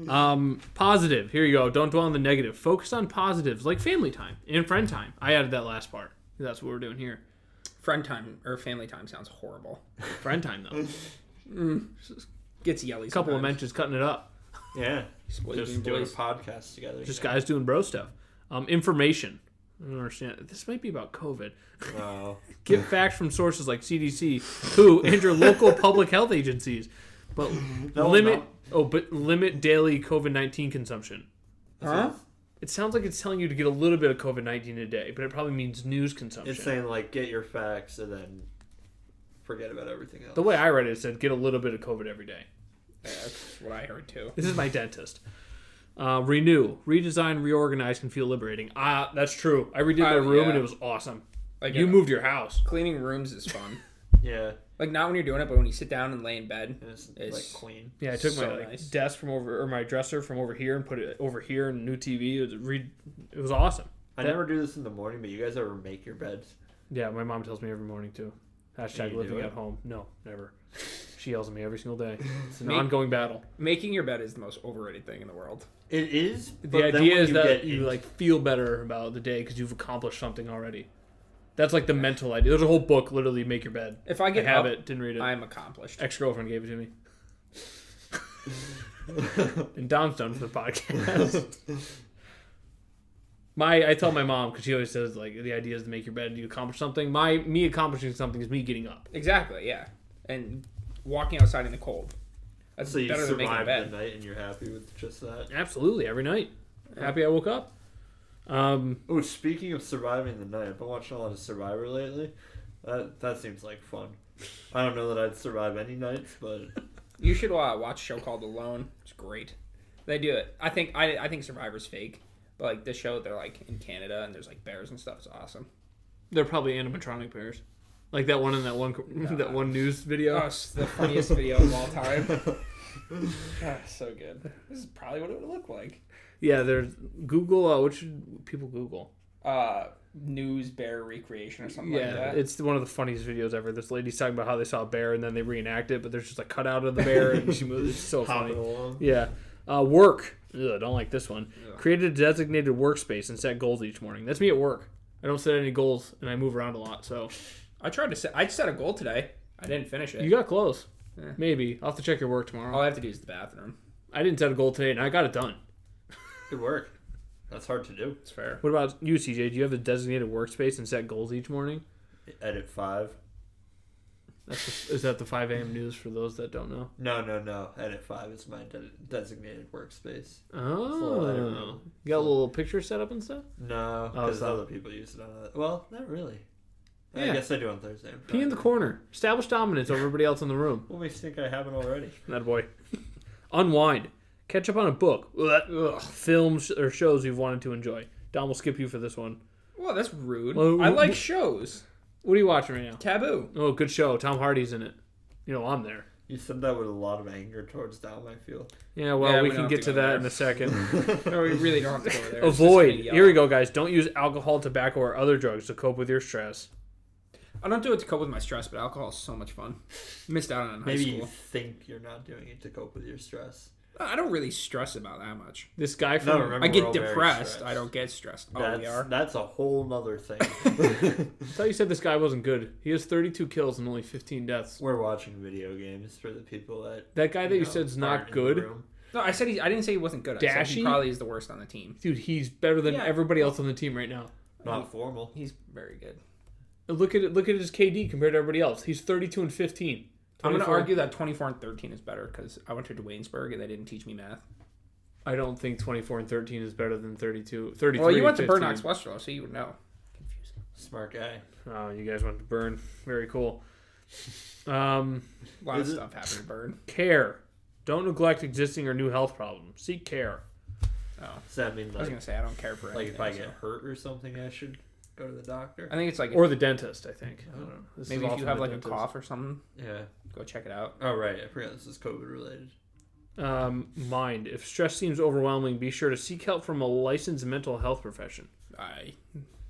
[SPEAKER 2] Okay.
[SPEAKER 3] Um, positive. Here you go. Don't dwell on the negative. Focus on positives like family time and friend time. I added that last part. That's what we're doing here.
[SPEAKER 2] Friend time or family time sounds horrible.
[SPEAKER 3] Friend time though.
[SPEAKER 2] Gets yelly.
[SPEAKER 3] A couple of mentions cutting it up.
[SPEAKER 1] yeah.
[SPEAKER 2] Exploiting
[SPEAKER 1] Just doing a
[SPEAKER 2] boys.
[SPEAKER 1] podcast together.
[SPEAKER 3] Just
[SPEAKER 1] yeah.
[SPEAKER 3] guys doing bro stuff. Um, information. I don't understand. This might be about COVID.
[SPEAKER 1] Wow.
[SPEAKER 3] Get facts from sources like CDC, WHO, and your local public health agencies. But
[SPEAKER 1] No,
[SPEAKER 3] limit
[SPEAKER 1] no.
[SPEAKER 3] oh, but limit daily COVID nineteen consumption.
[SPEAKER 2] Huh?
[SPEAKER 3] It sounds like it's telling you to get a little bit of COVID nineteen a day, but it probably means news consumption.
[SPEAKER 1] It's saying like get your facts and then forget about everything else.
[SPEAKER 3] the way I read it, it said get a little bit of COVID every day.
[SPEAKER 2] Yeah, that's what I heard too.
[SPEAKER 3] This is my dentist. Uh, renew, redesign, reorganize can feel liberating. Ah, that's true. I redid my
[SPEAKER 2] Oh,
[SPEAKER 3] room and
[SPEAKER 2] yeah.
[SPEAKER 3] it was awesome.
[SPEAKER 2] Like
[SPEAKER 3] You
[SPEAKER 2] uh,
[SPEAKER 3] moved your house.
[SPEAKER 2] Cleaning rooms is fun.
[SPEAKER 1] yeah.
[SPEAKER 2] like not when you're doing it, but when you sit down and lay in bed.
[SPEAKER 1] And it's,
[SPEAKER 2] It's-
[SPEAKER 1] like clean.
[SPEAKER 3] Yeah, I took my
[SPEAKER 2] So
[SPEAKER 3] like,
[SPEAKER 2] nice.
[SPEAKER 3] desk from over or my dresser from over here and put it over here and new TV. It was re- it was awesome.
[SPEAKER 1] I never do this in the morning, but you guys ever make your beds?
[SPEAKER 3] Yeah, my mom tells me every morning too. Hashtag
[SPEAKER 1] you
[SPEAKER 3] living
[SPEAKER 1] do it?
[SPEAKER 3] at home. No, never. She yells at me every single day. It's an
[SPEAKER 2] Me-
[SPEAKER 3] ongoing battle.
[SPEAKER 2] Making your bed is the most overrated thing in the world.
[SPEAKER 1] It is.
[SPEAKER 3] The
[SPEAKER 1] but then
[SPEAKER 3] idea
[SPEAKER 1] when
[SPEAKER 3] is that
[SPEAKER 1] get
[SPEAKER 3] you
[SPEAKER 1] in-
[SPEAKER 3] like feel better about the day because you've accomplished something already. That's like the mental idea. There's a whole book literally make your bed.
[SPEAKER 2] If I
[SPEAKER 3] I
[SPEAKER 2] get
[SPEAKER 3] have
[SPEAKER 2] up,
[SPEAKER 3] it. Didn't read it.
[SPEAKER 2] I'm accomplished.
[SPEAKER 3] Ex girlfriend gave it to me. and Dom's done for the podcast. My, I tell my mom because she always says like the idea is to make your bed. You accomplish something. My, me accomplishing something is me getting up.
[SPEAKER 2] Exactly. Yeah. And walking outside in the cold. That's
[SPEAKER 1] so you
[SPEAKER 2] better than making a
[SPEAKER 1] survive the
[SPEAKER 2] bed.
[SPEAKER 1] night and you're happy with just that.
[SPEAKER 3] Absolutely, every night. Happy I woke up. Um,
[SPEAKER 1] Oh, speaking of surviving the night, I've been watching a lot of Survivor lately. That that seems like fun. I don't know that I'd survive any nights, but
[SPEAKER 2] You should uh, watch a show called Alone. It's great. They do it. I think I, I think Survivor's fake, but like this show, they're like in Canada and there's like bears and stuff. It's awesome.
[SPEAKER 3] they're probably animatronic bears, like that one in that one that one news video.
[SPEAKER 2] Oh, it's the funniest video of all time. Ah, so good. This is probably what it would look like.
[SPEAKER 3] yeah, there's Google. Uh, what should people Google?
[SPEAKER 2] Uh, news bear recreation or something like
[SPEAKER 3] Yeah,
[SPEAKER 2] that.
[SPEAKER 3] it's one of the funniest videos ever. This lady's talking about how they saw a bear and then they reenact it, but there's just a cutout of the bear and she moves. It's so
[SPEAKER 1] hopping
[SPEAKER 3] funny.
[SPEAKER 1] along.
[SPEAKER 3] Yeah. Uh, work. Ugh, I don't like this one.
[SPEAKER 2] Ugh.
[SPEAKER 3] Created a designated workspace and set goals each morning. That's me at work. I don't set any goals and I move around a lot. So
[SPEAKER 2] I tried to set. I set a goal today. I didn't finish it.
[SPEAKER 3] you got close.
[SPEAKER 2] Yeah.
[SPEAKER 3] Maybe. I'll have to check your work
[SPEAKER 2] all
[SPEAKER 3] tomorrow.
[SPEAKER 2] I have to do is the bathroom.
[SPEAKER 3] I didn't set a goal today and I got it done.
[SPEAKER 1] Good work. That's hard to do.
[SPEAKER 2] It's fair.
[SPEAKER 3] What about you, CJ? Do you have a designated workspace and set goals each morning?
[SPEAKER 1] Edit five.
[SPEAKER 3] That's the, is that the 5 a.m. news for those that don't know?
[SPEAKER 1] No, no, no. Edit five is my de- designated workspace. I don't
[SPEAKER 3] Oh,
[SPEAKER 1] know.
[SPEAKER 3] you got a little picture set up and stuff.
[SPEAKER 1] No,
[SPEAKER 3] Oh,
[SPEAKER 1] because
[SPEAKER 3] is that-
[SPEAKER 1] other people use it on. Other... Well, not really. I
[SPEAKER 3] Yeah.
[SPEAKER 1] guess I do on Thursday. and
[SPEAKER 3] Pee in the
[SPEAKER 1] Friday.
[SPEAKER 3] corner. Establish dominance over everybody else in the room.
[SPEAKER 1] What makes you think I haven't already?
[SPEAKER 3] That boy. Unwind. Catch up on a book. Ugh, ugh. Films or shows you've wanted to enjoy. Dom will skip you for this one.
[SPEAKER 2] Well, that's rude.
[SPEAKER 3] Well,
[SPEAKER 2] I
[SPEAKER 3] wh-
[SPEAKER 2] like
[SPEAKER 3] wh-
[SPEAKER 2] shows.
[SPEAKER 3] What are you watching right now?
[SPEAKER 2] Taboo.
[SPEAKER 3] Oh, good show. Tom Hardy's in it. You know, I'm there.
[SPEAKER 1] You said that with a lot of anger towards Dom. I feel.
[SPEAKER 3] Yeah, well,
[SPEAKER 2] Yeah,
[SPEAKER 3] we,
[SPEAKER 2] we
[SPEAKER 3] can
[SPEAKER 2] don't
[SPEAKER 3] get
[SPEAKER 2] have
[SPEAKER 3] to
[SPEAKER 2] to
[SPEAKER 3] that
[SPEAKER 2] go
[SPEAKER 3] in
[SPEAKER 2] there.
[SPEAKER 3] a second.
[SPEAKER 2] No, Oh, we really don't have to go there. It's just
[SPEAKER 3] Avoid.
[SPEAKER 2] gonna yell.
[SPEAKER 3] Here we go, guys. Don't use alcohol, tobacco, or other drugs to cope with your stress.
[SPEAKER 2] I don't do it to cope with my stress, but alcohol is so much fun. Missed out on it in high
[SPEAKER 1] Maybe you
[SPEAKER 2] school.
[SPEAKER 1] think you're not doing it to cope with your stress.
[SPEAKER 2] I don't really stress about that much.
[SPEAKER 3] This guy
[SPEAKER 1] No,
[SPEAKER 3] from
[SPEAKER 1] remember
[SPEAKER 2] I
[SPEAKER 1] we're all
[SPEAKER 2] get
[SPEAKER 1] very
[SPEAKER 2] depressed.
[SPEAKER 1] stressed.
[SPEAKER 2] I don't get stressed. Oh,
[SPEAKER 1] That's,
[SPEAKER 2] we are.
[SPEAKER 1] that's a whole nother thing.
[SPEAKER 3] I thought you said this guy wasn't good. He has 32 kills and only 15 deaths.
[SPEAKER 1] We're watching video games for the people that
[SPEAKER 3] That guy that you
[SPEAKER 1] know,
[SPEAKER 3] said's
[SPEAKER 1] aren't
[SPEAKER 3] not
[SPEAKER 1] in the
[SPEAKER 3] good,
[SPEAKER 1] room.
[SPEAKER 2] No, I said he, I didn't say he wasn't good. I said he
[SPEAKER 3] Dashy?
[SPEAKER 2] probably is the worst on the team.
[SPEAKER 3] dude. He's better than
[SPEAKER 2] Yeah.
[SPEAKER 3] everybody else on the team right now.
[SPEAKER 1] Not formal.
[SPEAKER 2] He's very good.
[SPEAKER 3] Look at it. Look at his KD compared to everybody else. He's 32 and 15.
[SPEAKER 2] I'm going to
[SPEAKER 3] 24
[SPEAKER 2] argue that 24 and 13 is better because I went to Dwaynesburg and they didn't teach me math.
[SPEAKER 3] I don't think 24 and 13 is better than 32. 33.
[SPEAKER 2] Well, you went to
[SPEAKER 3] 15.
[SPEAKER 2] Burnox Westerlo, so you would know. Confusing.
[SPEAKER 1] Smart guy.
[SPEAKER 3] Oh, you guys went to Burn. Very cool. Um,
[SPEAKER 2] A lot
[SPEAKER 1] Is
[SPEAKER 2] of
[SPEAKER 1] it-
[SPEAKER 2] stuff happened at Burn.
[SPEAKER 3] care. Don't neglect existing or new health problems. Seek care.
[SPEAKER 2] Oh,
[SPEAKER 1] Does that mean
[SPEAKER 2] I was
[SPEAKER 1] like,
[SPEAKER 2] going to say I don't care for
[SPEAKER 1] like
[SPEAKER 2] anything.
[SPEAKER 1] if I
[SPEAKER 2] so-
[SPEAKER 1] get hurt or something, I should go to the doctor?
[SPEAKER 2] I think it's like
[SPEAKER 3] Or the dentist, I think. I don't know. This is
[SPEAKER 2] maybe
[SPEAKER 3] all
[SPEAKER 2] if
[SPEAKER 3] from
[SPEAKER 2] you have
[SPEAKER 3] the
[SPEAKER 2] like
[SPEAKER 3] dentist.
[SPEAKER 2] a cough or something,
[SPEAKER 1] Yeah.
[SPEAKER 2] go check it out.
[SPEAKER 1] Oh right, I forgot this is COVID related.
[SPEAKER 3] Um, mind. If stress seems overwhelming, be sure to seek help from a licensed mental health profession.
[SPEAKER 2] I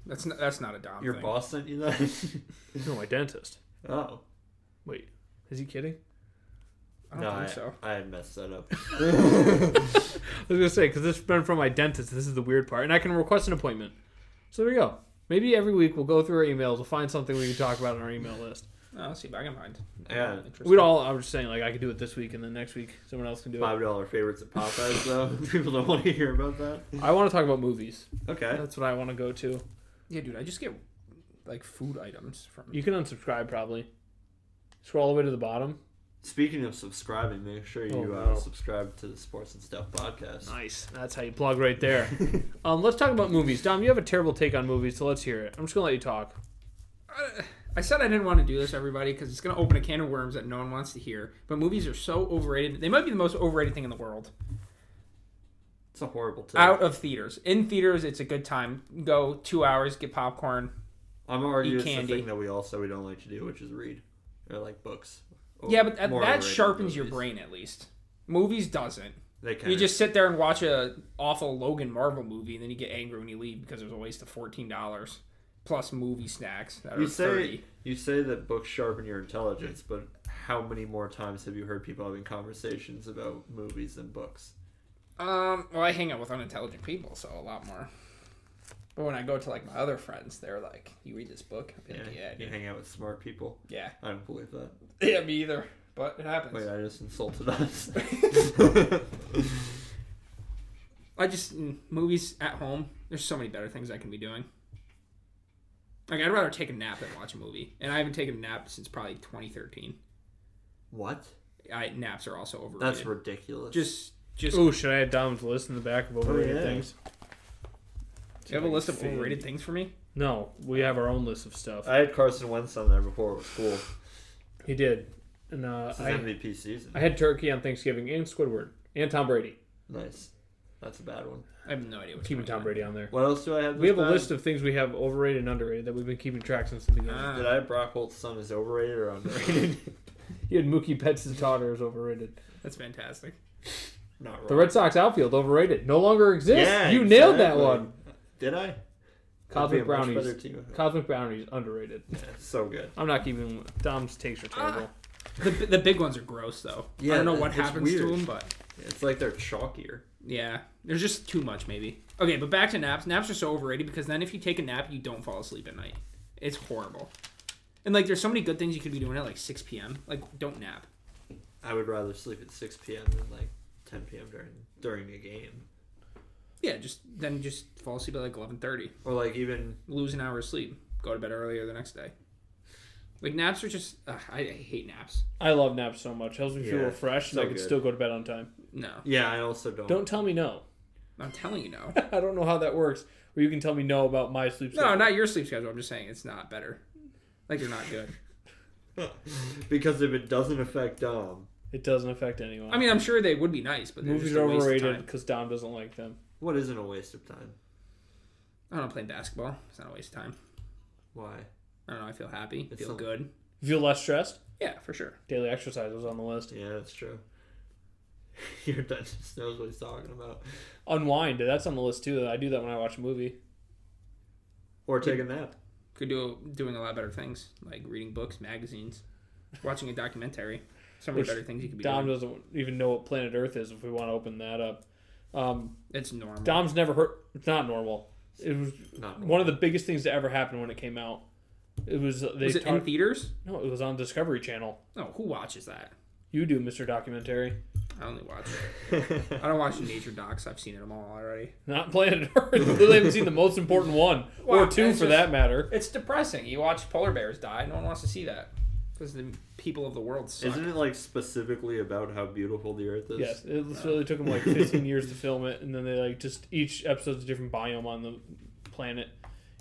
[SPEAKER 2] that's not, that's not a dom
[SPEAKER 1] Your
[SPEAKER 2] thing.
[SPEAKER 1] boss sent you that?
[SPEAKER 3] No, my dentist.
[SPEAKER 1] oh.
[SPEAKER 3] Wait, is he kidding?
[SPEAKER 2] I don't
[SPEAKER 1] no,
[SPEAKER 2] think
[SPEAKER 1] I,
[SPEAKER 2] so.
[SPEAKER 1] I had messed that up.
[SPEAKER 3] I was gonna say because this has been from my dentist. This is the weird part, and I can request an appointment. So there we go. Maybe every week we'll go through our emails. We'll find something we can talk about on our email list.
[SPEAKER 2] No, I'll see if I can find.
[SPEAKER 1] Yeah.
[SPEAKER 2] Interesting.
[SPEAKER 3] We'd all. I was just saying, like I could do it this week, and then next week someone else can do it.
[SPEAKER 1] Five dollar favorites at Popeyes though. People don't want to hear about that.
[SPEAKER 3] I want to talk about movies.
[SPEAKER 1] Okay.
[SPEAKER 3] That's what I want to go to.
[SPEAKER 2] Yeah, dude, I just get like food items from.
[SPEAKER 3] You can unsubscribe probably. Scroll all the way to the bottom.
[SPEAKER 1] Speaking of subscribing, make sure you
[SPEAKER 3] Oh,
[SPEAKER 1] uh,
[SPEAKER 3] no.
[SPEAKER 1] subscribe to the Sports and Stuff podcast.
[SPEAKER 3] Nice. That's how you plug right there. um, let's talk about movies. Dom, you have a terrible take on movies, so let's hear it. I'm just gonna let you talk.
[SPEAKER 2] I, I said I didn't want to do this, everybody, because it's going to open a can of worms that no one wants to hear. But movies are so overrated; they might be the most overrated thing in the world.
[SPEAKER 1] It's a horrible tip.
[SPEAKER 2] Out of theaters, in theaters, it's a good time. Go two hours, get popcorn.
[SPEAKER 1] I'm already
[SPEAKER 2] Eat
[SPEAKER 1] it's the
[SPEAKER 2] E candy.
[SPEAKER 1] thing that we also we don't like to do, which is read or like books. Or
[SPEAKER 2] yeah, but that,
[SPEAKER 1] Oh, more
[SPEAKER 2] that
[SPEAKER 1] overrated
[SPEAKER 2] sharpens your
[SPEAKER 1] movies.
[SPEAKER 2] brain at least. Movies doesn't.
[SPEAKER 1] They kind
[SPEAKER 2] You
[SPEAKER 1] of,
[SPEAKER 2] just sit there and watch a awful Logan Marvel movie, and then you get angry when you leave because it was a waste of fourteen dollars plus movie snacks that
[SPEAKER 1] you
[SPEAKER 2] are
[SPEAKER 1] say
[SPEAKER 2] thirty.
[SPEAKER 1] you say that books sharpen your intelligence, but how many more times have you heard people having conversations about movies than books?
[SPEAKER 2] Um, well, I hang out with unintelligent people, so a lot more. But when I go to like my other friends, they're like, "You read this book?" I'd be
[SPEAKER 1] Yeah,
[SPEAKER 2] like, yeah, I do."
[SPEAKER 1] you hang out with smart people.
[SPEAKER 2] yeah,
[SPEAKER 1] I don't believe that.
[SPEAKER 2] yeah, me either. But it happens.
[SPEAKER 1] Wait, I just insulted us.
[SPEAKER 2] I just mm, movies at home. There's so many better things I can be doing. Like I'd rather take a nap than watch a movie, and I haven't taken a nap since probably 2013.
[SPEAKER 1] what?
[SPEAKER 2] I naps are also overrated.
[SPEAKER 1] That's ridiculous.
[SPEAKER 2] just just
[SPEAKER 3] Ooh, should I have Dom's list in the back of overrated
[SPEAKER 1] yeah.
[SPEAKER 3] things?
[SPEAKER 2] Do Oh, you have a list of
[SPEAKER 1] Fan.
[SPEAKER 2] overrated things for me?
[SPEAKER 3] No, we have our own list of stuff.
[SPEAKER 1] I had Carson Wentz on there before it was cool.
[SPEAKER 3] He did. And uh,
[SPEAKER 1] This is
[SPEAKER 3] I,
[SPEAKER 1] MVP season.
[SPEAKER 3] I had turkey on Thanksgiving and Squidward and Tom Brady.
[SPEAKER 1] nice. That's a bad one.
[SPEAKER 2] I have no idea. What's
[SPEAKER 3] Keeping Tom Brady on there.
[SPEAKER 1] What else do I have?
[SPEAKER 3] We have a list of things we have overrated and underrated that we've been keeping track since the beginning.
[SPEAKER 2] Ah.
[SPEAKER 1] Did I have Brock Holt's son is overrated or underrated?
[SPEAKER 3] You had Mookie Betts' daughter is overrated.
[SPEAKER 2] That's fantastic.
[SPEAKER 1] Not
[SPEAKER 3] The
[SPEAKER 1] wrong.
[SPEAKER 3] Red Sox outfield overrated. No longer exists. you
[SPEAKER 1] exactly.
[SPEAKER 3] nailed that one.
[SPEAKER 1] Did I? That'd be
[SPEAKER 3] Cosmic
[SPEAKER 1] a much
[SPEAKER 3] brownies.
[SPEAKER 1] better team.
[SPEAKER 3] Cosmic brownies underrated.
[SPEAKER 1] So good.
[SPEAKER 3] I'm not keeping Dom's takes are terrible.
[SPEAKER 1] Ah.
[SPEAKER 2] The, the big ones are gross though. I
[SPEAKER 1] Yeah,
[SPEAKER 2] don't know
[SPEAKER 1] it-
[SPEAKER 2] what
[SPEAKER 1] it's
[SPEAKER 2] happens to
[SPEAKER 1] weird.
[SPEAKER 2] them, but
[SPEAKER 1] It's like they're chalkier.
[SPEAKER 2] yeah, there's just too much maybe. Okay, but back to naps. Naps are so overrated because then if you take a nap, you don't fall asleep at night. It's horrible. And like, there's so many good things you could be doing at like 6 p.m. Like, don't nap.
[SPEAKER 1] I would rather sleep at 6 p.m. than like 10 p.m. during during a game,
[SPEAKER 2] Yeah, just then just fall asleep at like 11:30.
[SPEAKER 1] or like even
[SPEAKER 2] Lose an hour of sleep. Go to bed earlier the next day. Like naps are just ugh, I, I hate naps.
[SPEAKER 3] I love naps so much. Helps me feel
[SPEAKER 1] Yeah,
[SPEAKER 3] refreshed, and
[SPEAKER 1] so
[SPEAKER 3] I can
[SPEAKER 1] good. Oh.
[SPEAKER 3] still go to bed on time.
[SPEAKER 2] No,
[SPEAKER 1] Yeah, I also don't.
[SPEAKER 3] Don't tell me no.
[SPEAKER 2] I'm telling you, no.
[SPEAKER 3] I don't know how that works. Where you can tell me no about my sleep.
[SPEAKER 2] No, not your sleep schedule. I'm just saying it's not better. Like they're not good.
[SPEAKER 1] because if it doesn't affect Dom,
[SPEAKER 3] It doesn't affect anyone.
[SPEAKER 2] I mean, I'm sure they would be nice, but they're
[SPEAKER 3] movies
[SPEAKER 2] just
[SPEAKER 3] are
[SPEAKER 2] a waste of
[SPEAKER 3] overrated
[SPEAKER 2] time.
[SPEAKER 3] because Dom doesn't like them.
[SPEAKER 1] what isn't a waste of time?
[SPEAKER 2] I don't know, playing basketball. It's not a waste of time.
[SPEAKER 1] Why?
[SPEAKER 2] I don't know. I feel happy. I
[SPEAKER 1] It's
[SPEAKER 2] feel
[SPEAKER 1] a-
[SPEAKER 2] good.
[SPEAKER 3] Feel less stressed.
[SPEAKER 2] Yeah, for sure.
[SPEAKER 3] Daily exercise was on the list.
[SPEAKER 1] Yeah, that's true. Your dentist knows what he's talking about.
[SPEAKER 3] Unwind. That's on the list too. I do that when I watch a movie.
[SPEAKER 1] Or take a nap.
[SPEAKER 2] Could do doing a lot better things, like reading books, magazines, watching a documentary. Some of
[SPEAKER 3] Which
[SPEAKER 2] the better things you could be
[SPEAKER 3] Dom
[SPEAKER 2] doing.
[SPEAKER 3] doesn't even know what planet Earth is. If we want to open that up, um,
[SPEAKER 2] It's normal.
[SPEAKER 3] Dom's never heard. It's not normal. It was
[SPEAKER 1] Not
[SPEAKER 3] one of the biggest things to ever happen when it came out. It was uh, they
[SPEAKER 2] Was it in
[SPEAKER 3] talked-
[SPEAKER 2] theaters?
[SPEAKER 3] no, it was on Discovery Channel.
[SPEAKER 2] No. Who watches that?
[SPEAKER 3] You do, Mister Documentary,
[SPEAKER 2] I only watch. I don't watch nature docs. I've seen them all already.
[SPEAKER 3] not Planet Earth. they haven't seen the most important one
[SPEAKER 2] Wow,
[SPEAKER 3] or two,
[SPEAKER 2] that's
[SPEAKER 3] for
[SPEAKER 2] just-
[SPEAKER 3] that matter.
[SPEAKER 2] It's depressing. You watch polar bears die. No one wants to see that because the people of the world suck.
[SPEAKER 1] Isn't it like specifically about how beautiful the Earth is?
[SPEAKER 3] Yes,
[SPEAKER 2] uh,
[SPEAKER 3] it literally took them like 15 years to film it, and then they like just each episode's a different biome on the planet.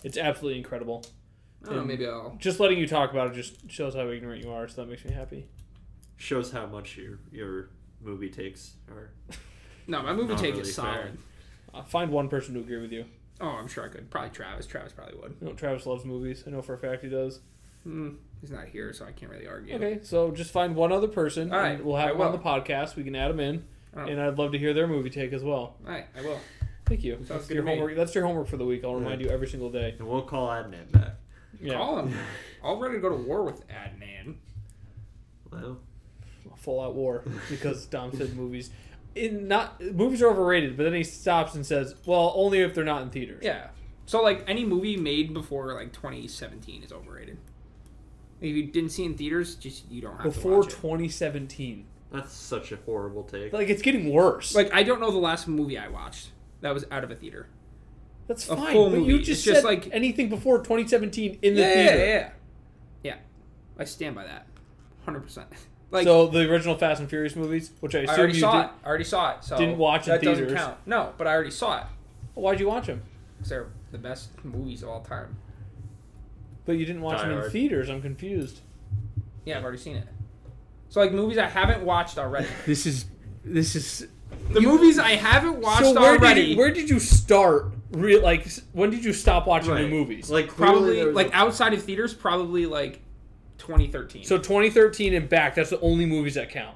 [SPEAKER 3] It's absolutely incredible.
[SPEAKER 2] I don't know. Oh,
[SPEAKER 1] um,
[SPEAKER 2] Maybe I'll.
[SPEAKER 3] Just letting you talk about it just shows how ignorant you are, so that makes me happy.
[SPEAKER 1] Shows how much your your movie takes are.
[SPEAKER 2] No, my movie
[SPEAKER 1] Not
[SPEAKER 2] take
[SPEAKER 1] really
[SPEAKER 2] is solid.
[SPEAKER 3] Uh, find one person to agree with you.
[SPEAKER 2] Oh, I'm sure I could. Probably Travis. Travis probably would.
[SPEAKER 3] You know, Travis loves movies. I know for a fact he does.
[SPEAKER 2] Hmm, he's not here, so I can't really argue.
[SPEAKER 3] Okay, so just find one other person.
[SPEAKER 2] All right,
[SPEAKER 3] and we'll have
[SPEAKER 2] I
[SPEAKER 3] them on
[SPEAKER 2] will.
[SPEAKER 3] the podcast. We can add them in,
[SPEAKER 2] Oh.
[SPEAKER 3] and I'd love to hear their movie take as well.
[SPEAKER 2] All right, I will.
[SPEAKER 3] Thank you.
[SPEAKER 2] Sounds
[SPEAKER 3] That's
[SPEAKER 2] good
[SPEAKER 3] your
[SPEAKER 2] to me.
[SPEAKER 3] homework. That's your homework for the week. I'll remind you every single day.
[SPEAKER 1] And we'll call Adnan back.
[SPEAKER 3] Yeah,
[SPEAKER 2] Call him. All ready to go to war with Adnan.
[SPEAKER 1] Well,
[SPEAKER 3] full out war because Dom said movies. In not movies are overrated, but then he stops and says, "Well, only if they're not in theaters."
[SPEAKER 2] Yeah. So like any movie made before like 2017 is overrated. If you didn't see it in theaters, just you don't have
[SPEAKER 3] Before
[SPEAKER 2] to watch it.
[SPEAKER 3] 2017,
[SPEAKER 1] that's such a horrible take.
[SPEAKER 3] like it's getting worse.
[SPEAKER 2] Like I don't know the last movie I watched that was out of a theater.
[SPEAKER 3] That's
[SPEAKER 2] a
[SPEAKER 3] fine.
[SPEAKER 2] full
[SPEAKER 3] But
[SPEAKER 2] movie.
[SPEAKER 3] you
[SPEAKER 2] It's
[SPEAKER 3] just
[SPEAKER 2] just
[SPEAKER 3] said
[SPEAKER 2] like-
[SPEAKER 3] anything before 2017 in the
[SPEAKER 2] yeah,
[SPEAKER 3] theater.
[SPEAKER 2] yeah, yeah, yeah. I stand by that, hundred percent. Like
[SPEAKER 3] so the original Fast and Furious movies, which I
[SPEAKER 2] I
[SPEAKER 3] assume
[SPEAKER 2] already
[SPEAKER 3] you
[SPEAKER 2] saw
[SPEAKER 3] did.
[SPEAKER 2] it. I already saw it. So
[SPEAKER 3] didn't watch in
[SPEAKER 2] that doesn't
[SPEAKER 3] theaters.
[SPEAKER 2] count. No, but I already saw it.
[SPEAKER 3] Why'd you watch them?
[SPEAKER 2] 'Cause they're the best movies of all time.
[SPEAKER 3] But you didn't watch
[SPEAKER 1] Die
[SPEAKER 3] them in
[SPEAKER 1] Hard.
[SPEAKER 3] theaters. I'm confused.
[SPEAKER 2] Yeah, I've already seen it. So like movies I haven't watched already.
[SPEAKER 3] This is this is
[SPEAKER 2] The movies I haven't watched
[SPEAKER 3] so where
[SPEAKER 2] already.
[SPEAKER 3] Did you, where did you start? Real like s- when did you stop watching
[SPEAKER 1] Right.
[SPEAKER 3] new movies?
[SPEAKER 1] Like clearly
[SPEAKER 2] probably
[SPEAKER 1] there was
[SPEAKER 2] like
[SPEAKER 1] a-
[SPEAKER 2] outside of theaters probably like 2013
[SPEAKER 3] So 2013 and back, that's the only movies that count.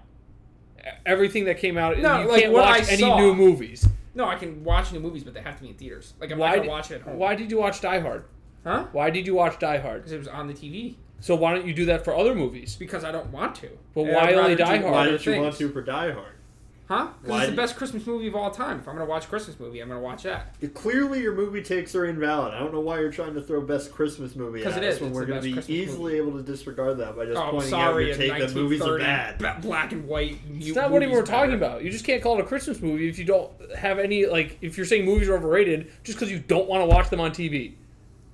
[SPEAKER 3] E- Everything that came out,
[SPEAKER 2] No,
[SPEAKER 3] you
[SPEAKER 2] like
[SPEAKER 3] can't
[SPEAKER 2] what
[SPEAKER 3] watch
[SPEAKER 2] I
[SPEAKER 3] any
[SPEAKER 2] saw.
[SPEAKER 3] new movies.
[SPEAKER 2] no i can watch new movies but they have to be in theaters like i'm
[SPEAKER 3] Why
[SPEAKER 2] not gonna
[SPEAKER 3] did-
[SPEAKER 2] watch it at home
[SPEAKER 3] Why did you watch Die Hard?
[SPEAKER 2] huh
[SPEAKER 3] Why did you watch Die Hard?
[SPEAKER 2] because it was on the tv
[SPEAKER 3] So why don't you do that for other movies?
[SPEAKER 2] because i don't want to
[SPEAKER 3] But
[SPEAKER 2] And
[SPEAKER 3] why
[SPEAKER 2] I'd
[SPEAKER 3] only
[SPEAKER 2] rather do
[SPEAKER 3] Die Hard?
[SPEAKER 1] why
[SPEAKER 2] other
[SPEAKER 1] did you want
[SPEAKER 2] things.
[SPEAKER 1] to for Die Hard?
[SPEAKER 2] huh
[SPEAKER 1] Why
[SPEAKER 2] because it's the
[SPEAKER 1] did-
[SPEAKER 2] best christmas movie of all time if i'm gonna watch a christmas movie i'm gonna watch that
[SPEAKER 1] Clearly, your movie takes are invalid. I don't know why you're trying to throw best Christmas movie at
[SPEAKER 2] 'Cause it
[SPEAKER 1] us
[SPEAKER 2] is.
[SPEAKER 1] when
[SPEAKER 2] It's
[SPEAKER 1] we're
[SPEAKER 2] the
[SPEAKER 1] going
[SPEAKER 2] best
[SPEAKER 1] to be
[SPEAKER 2] Christmas
[SPEAKER 1] easily able to disregard that by just
[SPEAKER 2] oh i'm
[SPEAKER 1] pointing
[SPEAKER 2] sorry
[SPEAKER 1] out your take
[SPEAKER 2] in
[SPEAKER 1] that movies are
[SPEAKER 2] 1930,
[SPEAKER 1] bad.
[SPEAKER 2] ba- black and white
[SPEAKER 3] It's not what we were talking about. You just can't call it a Christmas movie if you don't have any like. If you're saying movies are overrated just because you don't want to watch them on TV,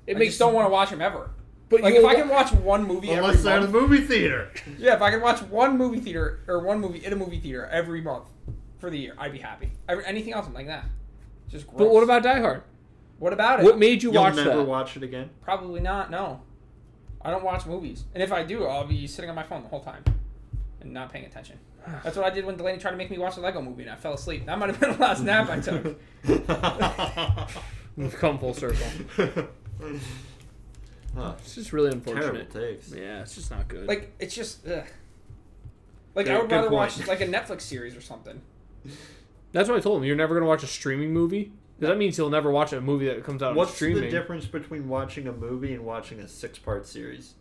[SPEAKER 3] it
[SPEAKER 2] I
[SPEAKER 3] makes
[SPEAKER 2] just don't want to watch them ever
[SPEAKER 3] But
[SPEAKER 2] like
[SPEAKER 3] you
[SPEAKER 2] if I can watch one movie
[SPEAKER 1] Unless
[SPEAKER 2] every
[SPEAKER 1] they're in
[SPEAKER 2] month,
[SPEAKER 1] the movie theater.
[SPEAKER 2] yeah, if I can watch one movie theater or one movie in a movie theater every month for the year, I'd be happy. Every, anything else, I'm like that. Just gross.
[SPEAKER 3] But what about Die Hard?
[SPEAKER 2] what about it?
[SPEAKER 3] What made you
[SPEAKER 1] You'll
[SPEAKER 3] watch
[SPEAKER 1] never
[SPEAKER 3] that?
[SPEAKER 1] watch it again.
[SPEAKER 2] Probably not. No, I don't watch movies, and if I do, I'll be sitting on my phone the whole time and not paying attention. That's what I did when Delaney tried to make me watch the Lego movie, and I fell asleep. That might have been the last nap I took.
[SPEAKER 3] We've come full circle.
[SPEAKER 1] Huh,
[SPEAKER 3] It's just really
[SPEAKER 1] terrible
[SPEAKER 3] unfortunate.
[SPEAKER 1] takes.
[SPEAKER 3] Yeah, it's just not good.
[SPEAKER 2] Like it's just. Ugh. Like
[SPEAKER 1] Good-
[SPEAKER 2] I would
[SPEAKER 1] good
[SPEAKER 2] rather
[SPEAKER 1] point.
[SPEAKER 2] watch like a Netflix series or something.
[SPEAKER 3] That's what I told him. You're never gonna watch a streaming movie. 'Cause That means he'll never watch a movie that comes out on
[SPEAKER 1] What's
[SPEAKER 3] Um, streaming.
[SPEAKER 1] the difference between watching a movie and watching a six-part series?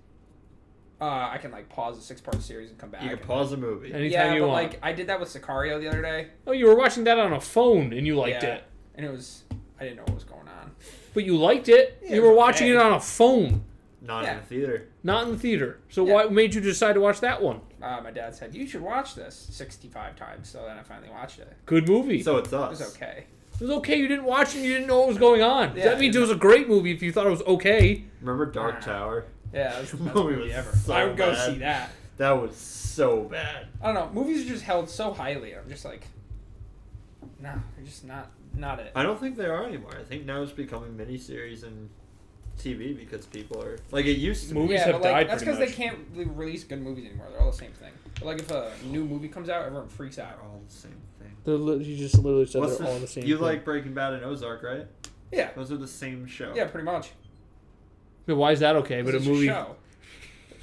[SPEAKER 2] Uh, I can like pause a six part series and come back.
[SPEAKER 1] You can
[SPEAKER 2] and-
[SPEAKER 1] pause a movie.
[SPEAKER 3] Anytime
[SPEAKER 2] yeah,
[SPEAKER 3] you
[SPEAKER 2] but
[SPEAKER 3] want.
[SPEAKER 2] like I did that with Sicario the other day.
[SPEAKER 3] oh, you were watching that on a phone and you liked
[SPEAKER 2] Yeah.
[SPEAKER 3] it,
[SPEAKER 2] And it was I didn't know what was going on.
[SPEAKER 3] but you liked it.
[SPEAKER 2] Yeah,
[SPEAKER 3] you
[SPEAKER 2] it
[SPEAKER 3] were
[SPEAKER 2] was
[SPEAKER 3] watching it
[SPEAKER 2] okay.
[SPEAKER 3] on a phone,
[SPEAKER 1] Not in
[SPEAKER 2] Yeah.
[SPEAKER 1] the theater.
[SPEAKER 3] not in the theater. So
[SPEAKER 2] Yeah.
[SPEAKER 3] what made you decide to watch that one?
[SPEAKER 2] Uh, my dad said you should watch this 65 times. So then I finally watched it.
[SPEAKER 3] Good movie.
[SPEAKER 1] So it's
[SPEAKER 2] It
[SPEAKER 1] us.
[SPEAKER 2] was okay.
[SPEAKER 3] it was okay. You didn't watch it. and You didn't know what was going on.
[SPEAKER 2] Yeah,
[SPEAKER 3] that means it was a great movie if you thought it was okay.
[SPEAKER 1] Remember Dark
[SPEAKER 2] Ah.
[SPEAKER 1] Tower?
[SPEAKER 2] Yeah, that was the best
[SPEAKER 1] Movie
[SPEAKER 2] movie
[SPEAKER 1] was
[SPEAKER 2] ever.
[SPEAKER 1] so
[SPEAKER 2] I would go
[SPEAKER 1] bad.
[SPEAKER 2] see that.
[SPEAKER 1] That was so bad.
[SPEAKER 2] I don't know. Movies are just held so highly. I'm just like, no, they're just not not it.
[SPEAKER 1] I don't think they are anymore. I think now it's becoming miniseries and TV because people are like it used to. be.
[SPEAKER 3] Movies
[SPEAKER 2] yeah,
[SPEAKER 3] have
[SPEAKER 2] but like
[SPEAKER 3] died
[SPEAKER 2] that's
[SPEAKER 3] pretty
[SPEAKER 2] because they
[SPEAKER 3] much.
[SPEAKER 2] can't really release good movies anymore. They're all the same thing. But like if a new movie comes out, everyone freaks
[SPEAKER 1] They're
[SPEAKER 2] out.
[SPEAKER 1] all the same thing.
[SPEAKER 3] They're li- you just literally said
[SPEAKER 1] What's
[SPEAKER 3] they're
[SPEAKER 1] the-
[SPEAKER 3] all the same.
[SPEAKER 1] you
[SPEAKER 3] thing.
[SPEAKER 1] like Breaking Bad and Ozark, right?
[SPEAKER 2] Yeah,
[SPEAKER 1] Those are the same show.
[SPEAKER 2] yeah, pretty much.
[SPEAKER 3] But why is that okay? But a
[SPEAKER 2] It's just
[SPEAKER 3] movie.
[SPEAKER 2] show.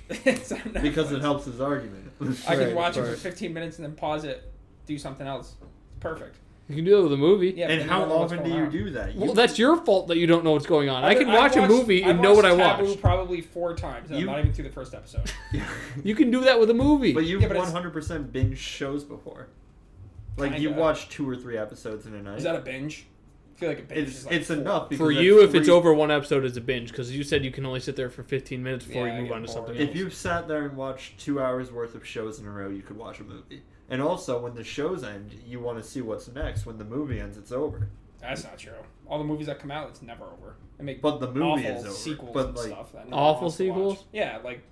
[SPEAKER 2] It's on
[SPEAKER 1] Because
[SPEAKER 2] Netflix.
[SPEAKER 1] it helps his argument.
[SPEAKER 2] I can
[SPEAKER 3] Right,
[SPEAKER 2] watch it for
[SPEAKER 3] right.
[SPEAKER 2] 15 minutes and then pause it, do something else. It's perfect.
[SPEAKER 3] You can do that with a movie.
[SPEAKER 2] Yeah, but
[SPEAKER 1] and
[SPEAKER 2] you
[SPEAKER 1] how
[SPEAKER 2] don't know what's
[SPEAKER 1] often do
[SPEAKER 2] going
[SPEAKER 1] you
[SPEAKER 2] on.
[SPEAKER 1] do that? You,
[SPEAKER 3] Well, that's your fault that you don't know what's going on. I can
[SPEAKER 2] I've
[SPEAKER 3] watch a
[SPEAKER 2] watched-
[SPEAKER 3] movie and
[SPEAKER 2] I've
[SPEAKER 3] know what I
[SPEAKER 2] watched Taboo
[SPEAKER 3] watch.
[SPEAKER 2] Probably four times. and
[SPEAKER 1] You-
[SPEAKER 2] I'm not even through the first episode.
[SPEAKER 3] You can do that with a movie.
[SPEAKER 1] but you've
[SPEAKER 2] Yeah, but it's-
[SPEAKER 1] 100% binged shows before. Like you
[SPEAKER 2] Kinda.
[SPEAKER 1] watch two or three episodes in a night.
[SPEAKER 2] Is that a binge? I feel like a binge
[SPEAKER 1] it's
[SPEAKER 2] is like
[SPEAKER 1] it's
[SPEAKER 2] four.
[SPEAKER 1] enough because
[SPEAKER 3] for
[SPEAKER 1] that's
[SPEAKER 3] you, if it's
[SPEAKER 1] three-
[SPEAKER 3] over one episode, it's a binge because you said you can only sit there for 15 minutes before
[SPEAKER 2] Yeah, I
[SPEAKER 3] you move
[SPEAKER 2] get
[SPEAKER 3] on to
[SPEAKER 2] bored.
[SPEAKER 3] something
[SPEAKER 1] If
[SPEAKER 3] else.
[SPEAKER 1] you sat there and watched two hours worth of shows in a row, you could watch a movie. And also, when the shows end, you want to see what's next. When the movie ends, it's over.
[SPEAKER 2] That's not true. All the movies that come out, it's never over. They make
[SPEAKER 1] But the movie
[SPEAKER 2] awful
[SPEAKER 1] is over.
[SPEAKER 2] sequels
[SPEAKER 1] but
[SPEAKER 2] and
[SPEAKER 1] like,
[SPEAKER 2] stuff. That no one
[SPEAKER 3] Awful
[SPEAKER 2] wants to watch.
[SPEAKER 3] sequels?
[SPEAKER 2] Yeah, like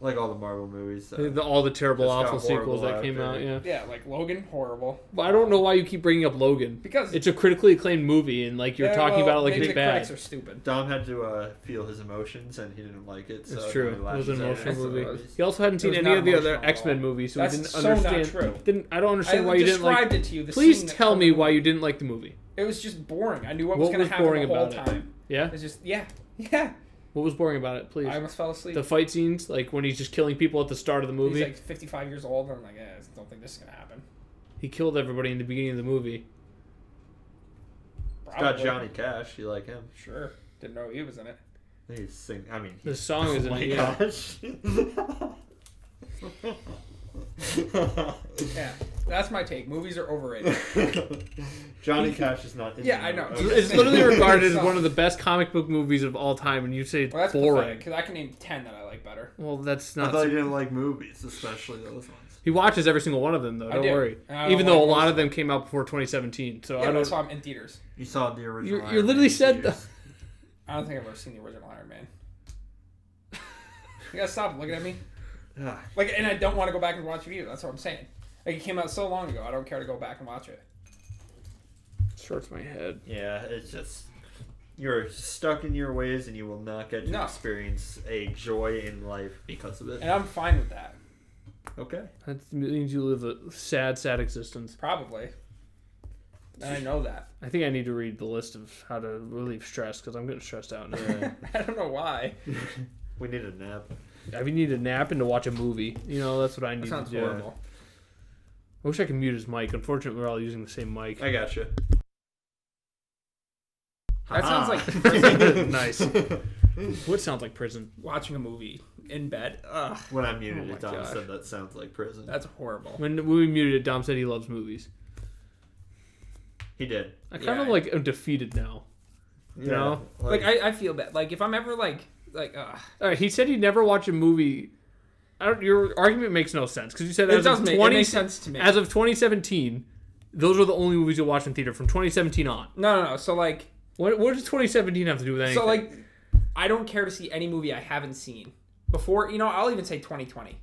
[SPEAKER 1] like all the Marvel movies. uh, So.
[SPEAKER 3] The- all the terrible,
[SPEAKER 1] It's got
[SPEAKER 3] awful
[SPEAKER 1] horrible
[SPEAKER 3] sequels that came out.
[SPEAKER 1] after.
[SPEAKER 3] Yeah,
[SPEAKER 2] yeah, like Logan, horrible.
[SPEAKER 3] but I don't know why you keep bringing up Logan.
[SPEAKER 2] Because
[SPEAKER 3] It's a critically acclaimed movie, and like you're
[SPEAKER 2] Yeah,
[SPEAKER 3] talking
[SPEAKER 2] well,
[SPEAKER 3] about it like
[SPEAKER 2] maybe
[SPEAKER 3] it's
[SPEAKER 2] the
[SPEAKER 3] bad.
[SPEAKER 2] critics are stupid.
[SPEAKER 1] Dom had to uh, feel his emotions, and he didn't like it. So
[SPEAKER 3] It's
[SPEAKER 1] it
[SPEAKER 3] true.
[SPEAKER 1] really
[SPEAKER 3] It was
[SPEAKER 1] lashes out
[SPEAKER 3] an
[SPEAKER 1] at
[SPEAKER 3] emotional
[SPEAKER 1] the
[SPEAKER 3] movie.
[SPEAKER 1] movies.
[SPEAKER 3] You also hadn't seen
[SPEAKER 2] was
[SPEAKER 3] any
[SPEAKER 2] not
[SPEAKER 3] of the other
[SPEAKER 2] emotional at
[SPEAKER 3] X Men
[SPEAKER 2] all.
[SPEAKER 3] movies, so
[SPEAKER 2] That's
[SPEAKER 3] we didn't
[SPEAKER 2] so not
[SPEAKER 3] understand.
[SPEAKER 2] true.
[SPEAKER 3] Didn't I don't
[SPEAKER 2] I
[SPEAKER 3] understand why you didn't
[SPEAKER 2] described
[SPEAKER 3] like.
[SPEAKER 2] it to you. The
[SPEAKER 3] Please
[SPEAKER 2] scene that
[SPEAKER 3] tell me
[SPEAKER 2] comes-
[SPEAKER 3] why you didn't like the movie.
[SPEAKER 2] It was just boring. I knew what, was
[SPEAKER 3] What
[SPEAKER 2] going
[SPEAKER 3] was
[SPEAKER 2] to happen
[SPEAKER 3] boring
[SPEAKER 2] the whole
[SPEAKER 3] about it?
[SPEAKER 2] time.
[SPEAKER 3] Yeah,
[SPEAKER 2] It's just yeah, yeah.
[SPEAKER 3] what was boring about it? Please,
[SPEAKER 2] I almost fell asleep.
[SPEAKER 3] the fight scenes, like when he's just killing people at the start of the movie.
[SPEAKER 2] He's like 55 years old, and I'm like, eh, I don't think this is gonna happen.
[SPEAKER 3] he killed everybody in the beginning of the movie.
[SPEAKER 1] It's got Johnny Cash. You like him?
[SPEAKER 2] Sure. Didn't know he was in it.
[SPEAKER 1] I think He's sing. I mean,
[SPEAKER 3] The song is
[SPEAKER 1] oh
[SPEAKER 3] in
[SPEAKER 1] my
[SPEAKER 3] it. Yeah.
[SPEAKER 1] gosh.
[SPEAKER 2] Yeah, that's my take. Movies are overrated.
[SPEAKER 1] Johnny Cash is not. In
[SPEAKER 2] Yeah,
[SPEAKER 1] the
[SPEAKER 2] I know.
[SPEAKER 1] movie.
[SPEAKER 2] It's
[SPEAKER 3] It's literally regarded as
[SPEAKER 2] Song.
[SPEAKER 3] one of the best comic book movies of all time, and you say it's
[SPEAKER 2] Well, that's
[SPEAKER 3] boring.
[SPEAKER 2] boring because I can name 10 that I like better.
[SPEAKER 3] Well, that's
[SPEAKER 1] I
[SPEAKER 3] not.
[SPEAKER 1] thought you didn't like movies, especially those ones.
[SPEAKER 3] He watches every single one of them, though.
[SPEAKER 2] I
[SPEAKER 3] Don't
[SPEAKER 2] do.
[SPEAKER 3] worry.
[SPEAKER 2] And I don't
[SPEAKER 3] Even though a
[SPEAKER 2] like
[SPEAKER 3] lot
[SPEAKER 2] most
[SPEAKER 3] of them came out before 2017, so
[SPEAKER 2] Yeah,
[SPEAKER 3] I
[SPEAKER 2] but I
[SPEAKER 3] don't.
[SPEAKER 2] saw him in theaters.
[SPEAKER 1] You saw the original.
[SPEAKER 3] You- you
[SPEAKER 1] Iron Man
[SPEAKER 3] literally
[SPEAKER 1] in
[SPEAKER 3] said
[SPEAKER 1] theaters.
[SPEAKER 2] I don't think I've ever seen the original Iron Man. you gotta stop looking at me.
[SPEAKER 1] Ah,
[SPEAKER 2] Like, and I don't want to go back and watch it either. That's what I'm saying. Like, it came out so long ago. I don't care to go back and watch it.
[SPEAKER 3] It hurts my head.
[SPEAKER 1] yeah, it's just you're stuck in your ways, and you will not get to
[SPEAKER 2] No.
[SPEAKER 1] experience a joy in life because of
[SPEAKER 2] And
[SPEAKER 1] it.
[SPEAKER 2] I'm fine with that.
[SPEAKER 1] Okay.
[SPEAKER 3] That means you live a sad, sad existence.
[SPEAKER 2] Probably. And I know that.
[SPEAKER 3] I think I need to read the list of how to relieve stress because I'm getting stressed out now.
[SPEAKER 1] Yeah.
[SPEAKER 2] I don't know why.
[SPEAKER 1] we need a nap.
[SPEAKER 3] I need to nap and to watch a movie. You know, that's what I
[SPEAKER 2] That
[SPEAKER 3] need to
[SPEAKER 2] sounds
[SPEAKER 3] do.
[SPEAKER 2] horrible.
[SPEAKER 3] I wish I could mute his mic. Unfortunately, we're all using the same mic.
[SPEAKER 1] I gotcha.
[SPEAKER 2] That sounds
[SPEAKER 3] like- Nice. What sounds like prison?
[SPEAKER 2] Watching a movie in bed. Ugh,
[SPEAKER 1] when I muted
[SPEAKER 3] Oh
[SPEAKER 1] it,
[SPEAKER 3] my
[SPEAKER 1] Dom
[SPEAKER 3] gosh.
[SPEAKER 1] said that sounds like prison.
[SPEAKER 2] that's horrible.
[SPEAKER 3] When we muted it, Dom said he loves movies.
[SPEAKER 1] he did.
[SPEAKER 3] I kind of
[SPEAKER 2] Yeah.
[SPEAKER 3] like am defeated now.
[SPEAKER 1] Yeah.
[SPEAKER 3] know?
[SPEAKER 2] Like, I, I feel bad. Like, if I'm ever like, like, ugh.
[SPEAKER 3] All right, he said he'd never watch a movie. I don't, your argument makes no sense because you said
[SPEAKER 2] It
[SPEAKER 3] as
[SPEAKER 2] does
[SPEAKER 3] of
[SPEAKER 2] make, it
[SPEAKER 3] 20
[SPEAKER 2] makes sense to me.
[SPEAKER 3] as of 2017, those are the only movies you watch in theater from 2017 on.
[SPEAKER 2] no, no, no. So like,
[SPEAKER 3] What, what does 2017 have to do with anything?
[SPEAKER 2] so like, I don't care to see any movie I haven't seen before. You know, I'll even say 2020.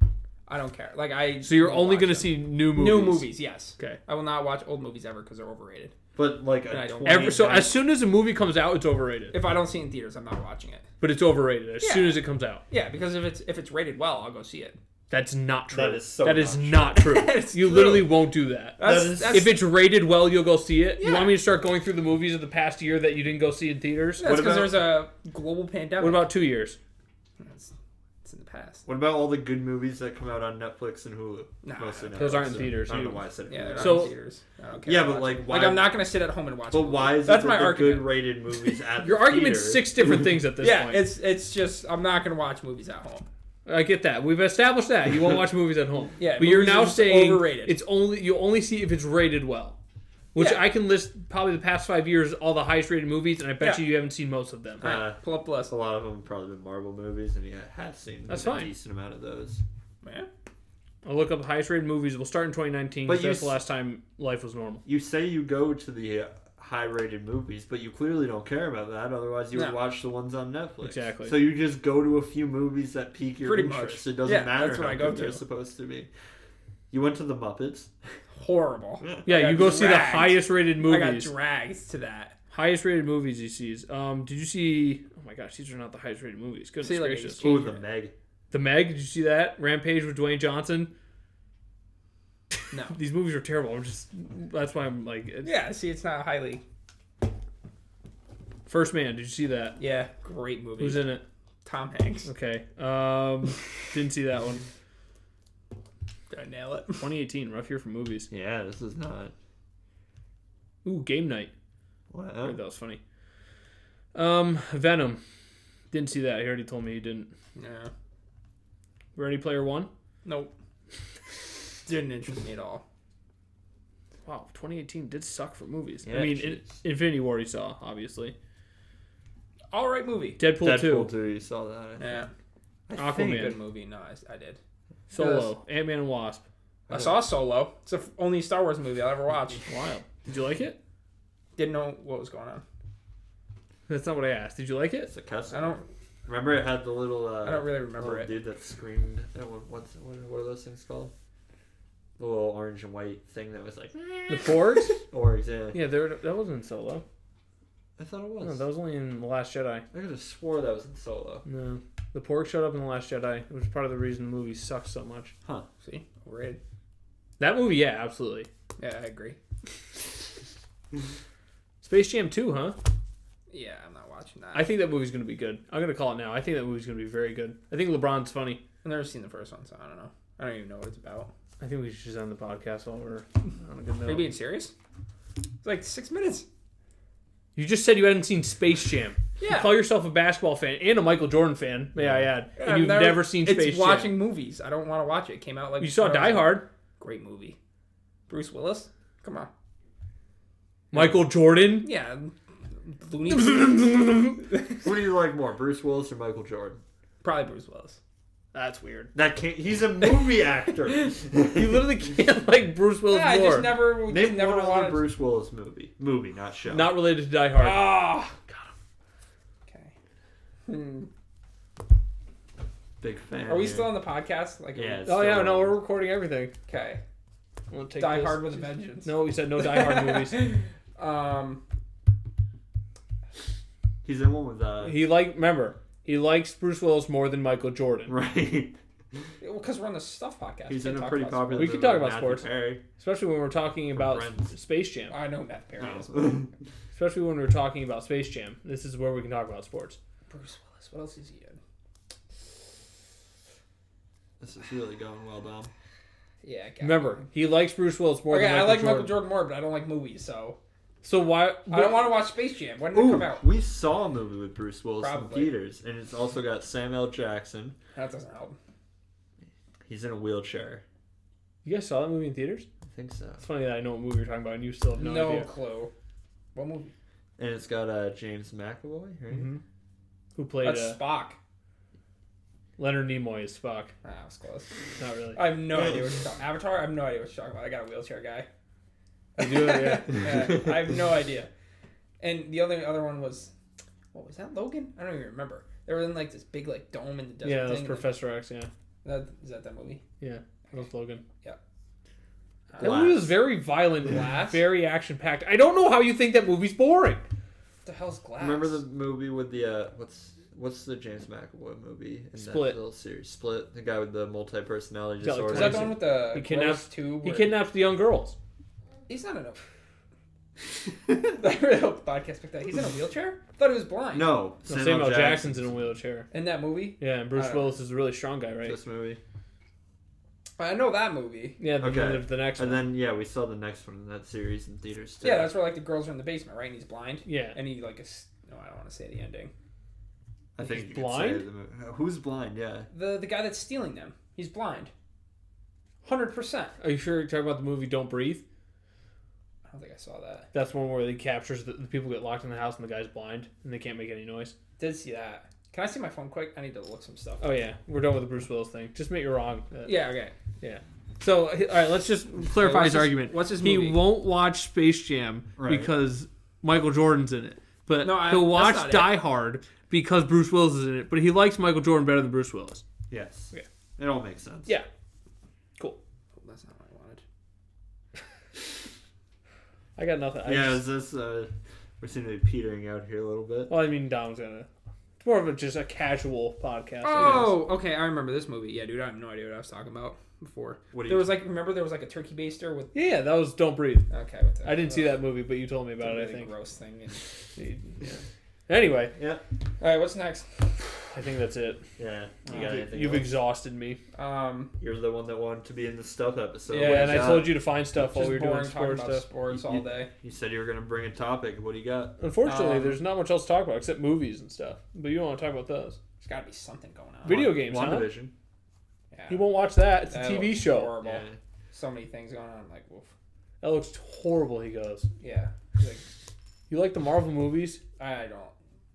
[SPEAKER 2] I don't care. Like, I.
[SPEAKER 3] so you're
[SPEAKER 2] won't
[SPEAKER 3] only
[SPEAKER 2] watch
[SPEAKER 3] going to
[SPEAKER 2] them.
[SPEAKER 3] see new movies.
[SPEAKER 2] new movies. Yes.
[SPEAKER 3] Okay.
[SPEAKER 2] I will not watch old movies ever because they're overrated.
[SPEAKER 1] but like
[SPEAKER 2] I
[SPEAKER 1] a
[SPEAKER 2] don't-
[SPEAKER 1] 20
[SPEAKER 3] Every, so as soon as a movie comes out, it's overrated.
[SPEAKER 2] If I don't see it in theaters, I'm not watching it.
[SPEAKER 3] But it's overrated as
[SPEAKER 2] Yeah.
[SPEAKER 3] soon as it comes out.
[SPEAKER 2] Yeah, because if it's if it's rated well, I'll go see it.
[SPEAKER 3] That's not true.
[SPEAKER 1] That is so
[SPEAKER 3] That is
[SPEAKER 1] not
[SPEAKER 3] not true.
[SPEAKER 2] It's
[SPEAKER 3] you
[SPEAKER 2] true.
[SPEAKER 3] literally won't do that.
[SPEAKER 2] That's,
[SPEAKER 1] is-
[SPEAKER 2] that's,
[SPEAKER 3] if it's rated well, you'll go see it. You
[SPEAKER 2] Yeah.
[SPEAKER 3] want me to start going through the movies of the past year that you didn't go see in theaters?
[SPEAKER 2] that's
[SPEAKER 1] What
[SPEAKER 2] because
[SPEAKER 1] about-
[SPEAKER 2] there's a global pandemic.
[SPEAKER 3] What about two years?
[SPEAKER 2] It's, it's in the past.
[SPEAKER 1] What about all the good movies that come out on Netflix and Hulu?
[SPEAKER 2] Nah,
[SPEAKER 1] Mostly
[SPEAKER 3] those
[SPEAKER 1] Netflix,
[SPEAKER 3] aren't in
[SPEAKER 1] so
[SPEAKER 3] theaters,
[SPEAKER 1] I don't know
[SPEAKER 3] dude.
[SPEAKER 1] why I said
[SPEAKER 2] Yeah, they're
[SPEAKER 1] Hulu.
[SPEAKER 2] not
[SPEAKER 3] So-
[SPEAKER 2] in theaters. I don't care.
[SPEAKER 1] Yeah,
[SPEAKER 2] to
[SPEAKER 1] but,
[SPEAKER 2] watch
[SPEAKER 1] like,
[SPEAKER 2] it.
[SPEAKER 1] why-
[SPEAKER 2] like I'm not gonna sit at home and watch.
[SPEAKER 1] But
[SPEAKER 2] a movie.
[SPEAKER 1] why is
[SPEAKER 2] That's
[SPEAKER 1] it
[SPEAKER 2] my
[SPEAKER 1] that the
[SPEAKER 2] argument.
[SPEAKER 1] good rated movies at
[SPEAKER 3] Your
[SPEAKER 1] the
[SPEAKER 3] argument's
[SPEAKER 1] theater-
[SPEAKER 3] six different things at this
[SPEAKER 2] Yeah,
[SPEAKER 3] point.
[SPEAKER 2] it's it's just I'm not gonna watch movies at home.
[SPEAKER 3] I get that. We've established that you won't watch movies at home.
[SPEAKER 2] Yeah,
[SPEAKER 3] but you're
[SPEAKER 2] movies are
[SPEAKER 3] now
[SPEAKER 2] just
[SPEAKER 3] saying
[SPEAKER 2] overrated.
[SPEAKER 3] it's only you only see if it's rated well, which
[SPEAKER 2] Yeah.
[SPEAKER 3] I can list probably the past five years all the highest rated movies, and I bet
[SPEAKER 2] Yeah.
[SPEAKER 3] you you haven't seen most of them.
[SPEAKER 1] Uh,
[SPEAKER 2] Alright, pull up the list.
[SPEAKER 1] A lot of them have probably been Marvel movies, and yeah, I have seen
[SPEAKER 3] That's
[SPEAKER 1] a
[SPEAKER 3] fine.
[SPEAKER 1] decent amount of those.
[SPEAKER 2] Man,
[SPEAKER 3] I'll look up highest rated movies. We'll start in 2019. 'cause
[SPEAKER 1] But you
[SPEAKER 3] that's the
[SPEAKER 1] s-
[SPEAKER 3] last time life was normal.
[SPEAKER 1] You say you go to the uh, high rated movies, but you clearly don't care about that. Otherwise, you
[SPEAKER 2] No.
[SPEAKER 1] would watch the ones on Netflix.
[SPEAKER 3] Exactly.
[SPEAKER 1] So you just go to a few movies that pique your
[SPEAKER 2] Pretty
[SPEAKER 1] interest.
[SPEAKER 2] much.
[SPEAKER 1] It doesn't
[SPEAKER 2] Yeah,
[SPEAKER 1] matter
[SPEAKER 2] that's
[SPEAKER 1] how
[SPEAKER 2] what I go
[SPEAKER 1] good they're
[SPEAKER 2] to.
[SPEAKER 1] supposed to be. You went to the Muppets.
[SPEAKER 2] Horrible. I
[SPEAKER 3] Yeah,
[SPEAKER 2] got
[SPEAKER 3] you go see the
[SPEAKER 2] dragged.
[SPEAKER 3] highest rated
[SPEAKER 2] I got
[SPEAKER 3] movies.
[SPEAKER 2] dragged to that.
[SPEAKER 3] highest rated movies he sees. Um, did you see? Oh my gosh, these are not the highest rated movies. Goodness
[SPEAKER 2] See, like,
[SPEAKER 3] gracious.
[SPEAKER 2] Change
[SPEAKER 1] Ooh, Oh, the
[SPEAKER 2] it.
[SPEAKER 1] Meg.
[SPEAKER 3] the Meg. Did you see that? Rampage with Dwayne Johnson.
[SPEAKER 2] No.
[SPEAKER 3] These movies are terrible. I'm just. That's why I'm like. it's-
[SPEAKER 2] Yeah, see, it's not highly.
[SPEAKER 3] First Man. Did you see that?
[SPEAKER 2] Yeah, great movie.
[SPEAKER 3] Who's in it?
[SPEAKER 2] Tom Hanks.
[SPEAKER 3] Okay. Um, didn't see that one.
[SPEAKER 2] Did I nail it?
[SPEAKER 3] 2018. Rough year for movies.
[SPEAKER 1] Yeah, this is not.
[SPEAKER 3] Ooh, Game Night. I
[SPEAKER 1] Wow.
[SPEAKER 3] think that was funny. Um, Venom. Didn't see that. He already told me he didn't.
[SPEAKER 2] No.
[SPEAKER 3] Ready Player One.
[SPEAKER 2] Nope. Didn't interest me at all.
[SPEAKER 3] Wow, 2018 did suck for movies. I
[SPEAKER 1] Yeah,
[SPEAKER 3] mean,
[SPEAKER 1] jeez.
[SPEAKER 3] in, Infinity War you saw, obviously.
[SPEAKER 2] All right, movie.
[SPEAKER 3] Deadpool,
[SPEAKER 1] Deadpool
[SPEAKER 3] 2,
[SPEAKER 1] too. You saw that. I think.
[SPEAKER 2] Yeah,
[SPEAKER 1] I think.
[SPEAKER 3] Aquaman.
[SPEAKER 2] good movie. No, I, I did.
[SPEAKER 3] Solo, Ant Man and Wasp.
[SPEAKER 2] I saw Solo. It's the f- only Star Wars movie I'll ever watch.
[SPEAKER 3] Wild. Did you like it?
[SPEAKER 2] Didn't know what was going on.
[SPEAKER 3] That's not what I asked. Did you like it?
[SPEAKER 1] It's a custom.
[SPEAKER 2] I don't.
[SPEAKER 1] Remember, it had the little. Uh,
[SPEAKER 2] I don't really remember
[SPEAKER 1] little
[SPEAKER 2] it.
[SPEAKER 1] dude that screamed. That one, what's what, what are those things called? The little orange and white thing that was like
[SPEAKER 3] The Porgs?
[SPEAKER 1] or yeah.
[SPEAKER 3] yeah, there, that wasn't in Solo.
[SPEAKER 1] I thought it
[SPEAKER 3] No,
[SPEAKER 1] was.
[SPEAKER 3] that was only in The Last Jedi.
[SPEAKER 1] I could have swore that was in Solo.
[SPEAKER 3] No. The Porg showed up in The Last Jedi, which is part of the reason the movie sucks so much.
[SPEAKER 2] See, overrated.
[SPEAKER 3] That movie, yeah, absolutely.
[SPEAKER 2] Yeah, I agree.
[SPEAKER 3] Space Jam 2, huh?
[SPEAKER 2] Yeah, I'm not watching that.
[SPEAKER 3] I think that movie's going to be good. I'm going to call it now. I think that movie's going to be very good. I think LeBron's funny.
[SPEAKER 2] I've never seen the first one, so I don't know. I don't even know what it's about.
[SPEAKER 3] I think we should just end the podcast while we're on a good
[SPEAKER 2] Are you
[SPEAKER 3] note.
[SPEAKER 2] being serious? It's like six minutes.
[SPEAKER 3] You just said you hadn't seen Space Jam. You
[SPEAKER 2] Yeah.
[SPEAKER 3] call yourself a basketball fan and a Michael Jordan fan, may I add, and you've
[SPEAKER 2] I've
[SPEAKER 3] never, seen Space
[SPEAKER 2] It's
[SPEAKER 3] Jam.
[SPEAKER 2] watching movies. I don't want to watch it. It came out like
[SPEAKER 3] you saw
[SPEAKER 2] when I
[SPEAKER 3] Die
[SPEAKER 2] was-
[SPEAKER 3] Hard.
[SPEAKER 2] Great movie. Bruce Willis. Come on.
[SPEAKER 3] Michael Jordan.
[SPEAKER 2] Yeah. Looney Tunes.
[SPEAKER 1] Who do you like more, Bruce Willis or Michael Jordan?
[SPEAKER 2] Probably Bruce Willis.
[SPEAKER 3] That's weird.
[SPEAKER 1] That can't. He's a movie actor.
[SPEAKER 3] You literally can't like Bruce Willis
[SPEAKER 2] Yeah, I
[SPEAKER 3] more.
[SPEAKER 2] just never, just
[SPEAKER 1] Name
[SPEAKER 2] never
[SPEAKER 1] one other
[SPEAKER 2] wanted.
[SPEAKER 1] Bruce Willis movie. Movie, not show.
[SPEAKER 3] Not related to Die Hard.
[SPEAKER 2] Ah. Okay.
[SPEAKER 3] Hmm.
[SPEAKER 1] Big fan.
[SPEAKER 2] Are we
[SPEAKER 1] here.
[SPEAKER 2] still on the podcast? Like, are we-
[SPEAKER 1] Yeah, it's
[SPEAKER 3] oh yeah,
[SPEAKER 1] still
[SPEAKER 3] no,
[SPEAKER 1] on.
[SPEAKER 3] we're recording everything.
[SPEAKER 2] Okay.
[SPEAKER 3] We'll take
[SPEAKER 2] Die
[SPEAKER 3] this.
[SPEAKER 2] Hard with a Vengeance.
[SPEAKER 3] No, we said no Die Hard movies.
[SPEAKER 2] Um.
[SPEAKER 1] He's in one with uh.
[SPEAKER 3] He like remember he likes Bruce Willis more than Michael Jordan,
[SPEAKER 1] Right.
[SPEAKER 2] Because we're on the stuff podcast.
[SPEAKER 1] He's
[SPEAKER 2] we
[SPEAKER 1] in
[SPEAKER 2] can't
[SPEAKER 1] a
[SPEAKER 2] talk
[SPEAKER 1] pretty
[SPEAKER 2] about
[SPEAKER 1] popular.
[SPEAKER 3] We
[SPEAKER 1] movie
[SPEAKER 3] could talk
[SPEAKER 1] with
[SPEAKER 3] about
[SPEAKER 1] Matthew
[SPEAKER 3] sports.
[SPEAKER 1] Perry.
[SPEAKER 3] especially when we're talking about
[SPEAKER 1] Friends.
[SPEAKER 3] Space Jam.
[SPEAKER 2] sports. I know Matt Perry. is
[SPEAKER 3] Especially when we're talking about Space Jam. This is where we can talk about sports.
[SPEAKER 2] Bruce Willis. What else is he in?
[SPEAKER 1] This is really going well, Dom.
[SPEAKER 2] Yeah. God.
[SPEAKER 3] Remember, he likes Bruce Willis more
[SPEAKER 2] Okay,
[SPEAKER 3] than
[SPEAKER 2] I
[SPEAKER 3] Michael
[SPEAKER 2] like
[SPEAKER 3] Jordan.
[SPEAKER 2] Michael Jordan more, but I don't like movies, so
[SPEAKER 3] So why?
[SPEAKER 2] I don't want to watch Space Jam. When did it
[SPEAKER 1] Ooh,
[SPEAKER 2] come out?
[SPEAKER 1] we saw a movie with Bruce Willis
[SPEAKER 2] Probably.
[SPEAKER 1] in theaters, and it's also got Samuel Jackson.
[SPEAKER 2] That doesn't help.
[SPEAKER 1] He's in a wheelchair.
[SPEAKER 3] You guys saw that movie in theaters?
[SPEAKER 1] I think so.
[SPEAKER 3] It's funny that I know what movie you're talking about and you still have no,
[SPEAKER 2] No,
[SPEAKER 3] idea.
[SPEAKER 2] clue. What movie?
[SPEAKER 1] And it's got uh, James McAvoy, right?
[SPEAKER 3] Mhm. Who played
[SPEAKER 2] That's
[SPEAKER 3] uh,
[SPEAKER 2] Spock.
[SPEAKER 3] Leonard Nimoy as Spock?
[SPEAKER 2] Ah, I was close.
[SPEAKER 3] Not really.
[SPEAKER 2] I have no idea what you're talking Avatar? I have no idea what you're talking about. I got a wheelchair guy.
[SPEAKER 3] You do, yeah.
[SPEAKER 2] Yeah, I have no idea. And the other other one was, what was that, Logan? I don't even remember. They were in like this big like dome in the desert.
[SPEAKER 3] yeah, that's
[SPEAKER 2] thing.
[SPEAKER 3] Professor X. Yeah,
[SPEAKER 2] That, is that that movie?
[SPEAKER 3] yeah, that was Logan.
[SPEAKER 2] Uh,
[SPEAKER 3] That
[SPEAKER 1] Glass.
[SPEAKER 3] movie was very violent, and
[SPEAKER 2] Glass?
[SPEAKER 3] very action packed. I don't know how you think that movie's boring.
[SPEAKER 2] What the hell's Glass?
[SPEAKER 1] Remember the movie with the uh, what's what's the James McAvoy movie in
[SPEAKER 3] Split.
[SPEAKER 1] that little series? Split. The guy with the multi personality
[SPEAKER 3] He's got, like,
[SPEAKER 1] disorder.
[SPEAKER 2] Is that the one with the
[SPEAKER 3] He kidnaps-
[SPEAKER 2] gross tube?
[SPEAKER 3] He
[SPEAKER 2] where-
[SPEAKER 3] kidnaps the young girls.
[SPEAKER 2] He's not in a. I really hope the podcast picked that. He's in a wheelchair. I thought he was blind.
[SPEAKER 1] no,
[SPEAKER 3] No, Samuel, Jackson's in a wheelchair.
[SPEAKER 2] In that movie,
[SPEAKER 3] Yeah, and
[SPEAKER 2] I
[SPEAKER 3] Bruce
[SPEAKER 2] don't
[SPEAKER 3] Willis is a really strong guy, right?
[SPEAKER 1] This movie.
[SPEAKER 2] I know that movie.
[SPEAKER 3] Yeah, the,
[SPEAKER 1] Okay.
[SPEAKER 3] the, the next
[SPEAKER 1] And
[SPEAKER 3] one.
[SPEAKER 1] then yeah, we saw the next one in that series in theaters too.
[SPEAKER 2] Yeah, that's where like the girls are in the basement, right? And he's blind.
[SPEAKER 3] Yeah,
[SPEAKER 2] And he like is. No, I don't want to say the ending.
[SPEAKER 1] I think
[SPEAKER 3] He's
[SPEAKER 1] you could say
[SPEAKER 3] blind?
[SPEAKER 1] the mo- Who's blind? Yeah.
[SPEAKER 2] The the guy that's stealing them. He's blind. Hundred percent.
[SPEAKER 3] are you sure you're talking about the movie Don't Breathe?
[SPEAKER 2] I don't think I saw that.
[SPEAKER 3] That's one where he captures the, the people get locked in the house and the guy's blind and they can't make any noise.
[SPEAKER 2] Did see that. Can I see my phone quick? I need to look some stuff.
[SPEAKER 3] Oh yeah, we're done with the Bruce Willis thing. Just admit you're wrong. Uh,
[SPEAKER 2] Yeah. Okay.
[SPEAKER 3] So h- all right, let's just
[SPEAKER 2] Wait,
[SPEAKER 3] clarify
[SPEAKER 2] what's
[SPEAKER 3] his
[SPEAKER 2] his-
[SPEAKER 3] argument.
[SPEAKER 2] What's his
[SPEAKER 3] He
[SPEAKER 2] movie?
[SPEAKER 3] won't watch Space Jam
[SPEAKER 1] Right.
[SPEAKER 3] because Michael Jordan's in it, but
[SPEAKER 2] No, I-
[SPEAKER 3] he'll
[SPEAKER 2] that's
[SPEAKER 3] watch
[SPEAKER 2] not it.
[SPEAKER 3] Die Hard because Bruce Willis is in it. But he likes Michael Jordan better than Bruce Willis.
[SPEAKER 1] Yes.
[SPEAKER 3] Okay.
[SPEAKER 1] It all makes sense.
[SPEAKER 3] Yeah. Cool.
[SPEAKER 2] That's not what I wanted.
[SPEAKER 3] I got nothing. I
[SPEAKER 1] Yeah,
[SPEAKER 3] just-
[SPEAKER 1] is this uh we seem to be petering out here a little bit.
[SPEAKER 3] Well, I mean, Dom's gonna. It's more of a, just a casual podcast. I guess.
[SPEAKER 2] Oh, okay. I remember this movie. Yeah, dude, I have no idea what I was talking about before.
[SPEAKER 1] What do
[SPEAKER 2] there
[SPEAKER 1] you-
[SPEAKER 2] was like, remember there was like a turkey baster with.
[SPEAKER 3] Yeah, that was Don't Breathe.
[SPEAKER 2] Okay, with the,
[SPEAKER 3] I didn't see
[SPEAKER 2] uh,
[SPEAKER 3] that movie, but you told me about it. I
[SPEAKER 2] really
[SPEAKER 3] think.
[SPEAKER 2] gross thing. and-
[SPEAKER 3] Anyway,
[SPEAKER 1] Yeah.
[SPEAKER 2] All right, what's next?
[SPEAKER 3] I think that's it.
[SPEAKER 1] Yeah. You got
[SPEAKER 2] Uh, you-
[SPEAKER 1] anything
[SPEAKER 3] You've
[SPEAKER 1] else?
[SPEAKER 3] exhausted me.
[SPEAKER 2] Um,
[SPEAKER 1] You're the one that wanted to be in the stuff episode.
[SPEAKER 3] yeah,
[SPEAKER 1] What
[SPEAKER 3] and
[SPEAKER 1] you
[SPEAKER 3] I
[SPEAKER 1] got?
[SPEAKER 3] told you to find stuff while
[SPEAKER 2] just
[SPEAKER 3] we were
[SPEAKER 2] boring
[SPEAKER 3] doing
[SPEAKER 2] talking
[SPEAKER 3] sports
[SPEAKER 2] about
[SPEAKER 3] stuff.
[SPEAKER 2] sports all
[SPEAKER 1] You-
[SPEAKER 2] day.
[SPEAKER 1] You said you were gonna bring a topic. What do you got?
[SPEAKER 3] Unfortunately,
[SPEAKER 2] Um,
[SPEAKER 3] there's not much else to talk about except movies and stuff. But you don't want to talk about those.
[SPEAKER 2] There's got to be something going on.
[SPEAKER 3] Video games, huh?
[SPEAKER 1] WandaVision.
[SPEAKER 2] Yeah.
[SPEAKER 3] You won't watch that. It's a
[SPEAKER 2] That
[SPEAKER 3] TV
[SPEAKER 2] looks
[SPEAKER 3] show.
[SPEAKER 2] Horrible.
[SPEAKER 1] Yeah.
[SPEAKER 2] So many things going on. I'm like, woof.
[SPEAKER 3] That looks horrible. He goes.
[SPEAKER 2] Yeah. Like,
[SPEAKER 3] You like the Marvel movies?
[SPEAKER 2] I don't.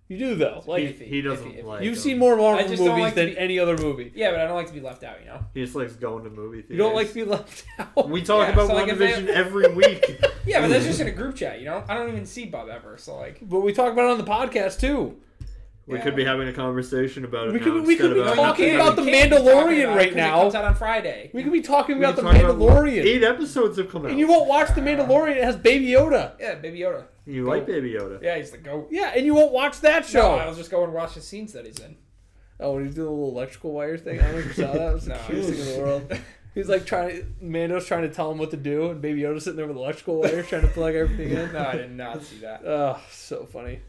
[SPEAKER 3] You do though. Like
[SPEAKER 2] Iffy,
[SPEAKER 1] he doesn't
[SPEAKER 2] iffy, iffy.
[SPEAKER 1] like.
[SPEAKER 3] you've
[SPEAKER 1] them.
[SPEAKER 3] seen more Marvel
[SPEAKER 2] I just
[SPEAKER 3] movies
[SPEAKER 2] don't like to
[SPEAKER 3] than
[SPEAKER 2] be-
[SPEAKER 3] any other movie.
[SPEAKER 2] Yeah, but I don't like to be left out. You know.
[SPEAKER 1] He just likes going to movie theaters.
[SPEAKER 3] You don't like to be left out.
[SPEAKER 1] We talk
[SPEAKER 2] Yeah,
[SPEAKER 1] about
[SPEAKER 2] so, like, if
[SPEAKER 1] WandaVision
[SPEAKER 2] they-
[SPEAKER 1] every week.
[SPEAKER 2] Yeah, but that's just in a group chat. You know. I don't even see Bob ever. So like.
[SPEAKER 3] But we talk about it on the podcast too.
[SPEAKER 1] We
[SPEAKER 2] Yeah.
[SPEAKER 1] could be having a conversation about it.
[SPEAKER 3] We
[SPEAKER 1] now
[SPEAKER 3] could be- we
[SPEAKER 1] instead
[SPEAKER 3] could be
[SPEAKER 1] of uh, having-
[SPEAKER 2] No, you
[SPEAKER 3] talking
[SPEAKER 2] can't-
[SPEAKER 3] about
[SPEAKER 2] you
[SPEAKER 3] the
[SPEAKER 2] can't keep talking
[SPEAKER 3] Mandalorian
[SPEAKER 2] about it
[SPEAKER 3] right
[SPEAKER 2] 'cause
[SPEAKER 3] now.
[SPEAKER 2] It comes out on Friday.
[SPEAKER 3] We could be talking
[SPEAKER 1] We
[SPEAKER 3] about the
[SPEAKER 1] could talk about-
[SPEAKER 3] Mandalorian.
[SPEAKER 1] Eight episodes have come out.
[SPEAKER 3] and you won't watch the Mandalorian. It has Baby Yoda.
[SPEAKER 2] Yeah, Baby Yoda.
[SPEAKER 1] You like Baby Yoda?
[SPEAKER 2] Yeah, he's the goat.
[SPEAKER 3] Yeah, and you won't watch that
[SPEAKER 2] No,
[SPEAKER 3] show.
[SPEAKER 2] I was just going to watch the scenes that he's in.
[SPEAKER 3] Oh, when he's doing the little electrical wire thing, I don't know if you saw that. It was the
[SPEAKER 2] No.
[SPEAKER 3] cutest thing in the world. He's like trying. Mando's trying to tell him what to do, and Baby Yoda's sitting there with electrical wires trying to plug everything in.
[SPEAKER 2] No, I did not see that.
[SPEAKER 3] Oh, so funny.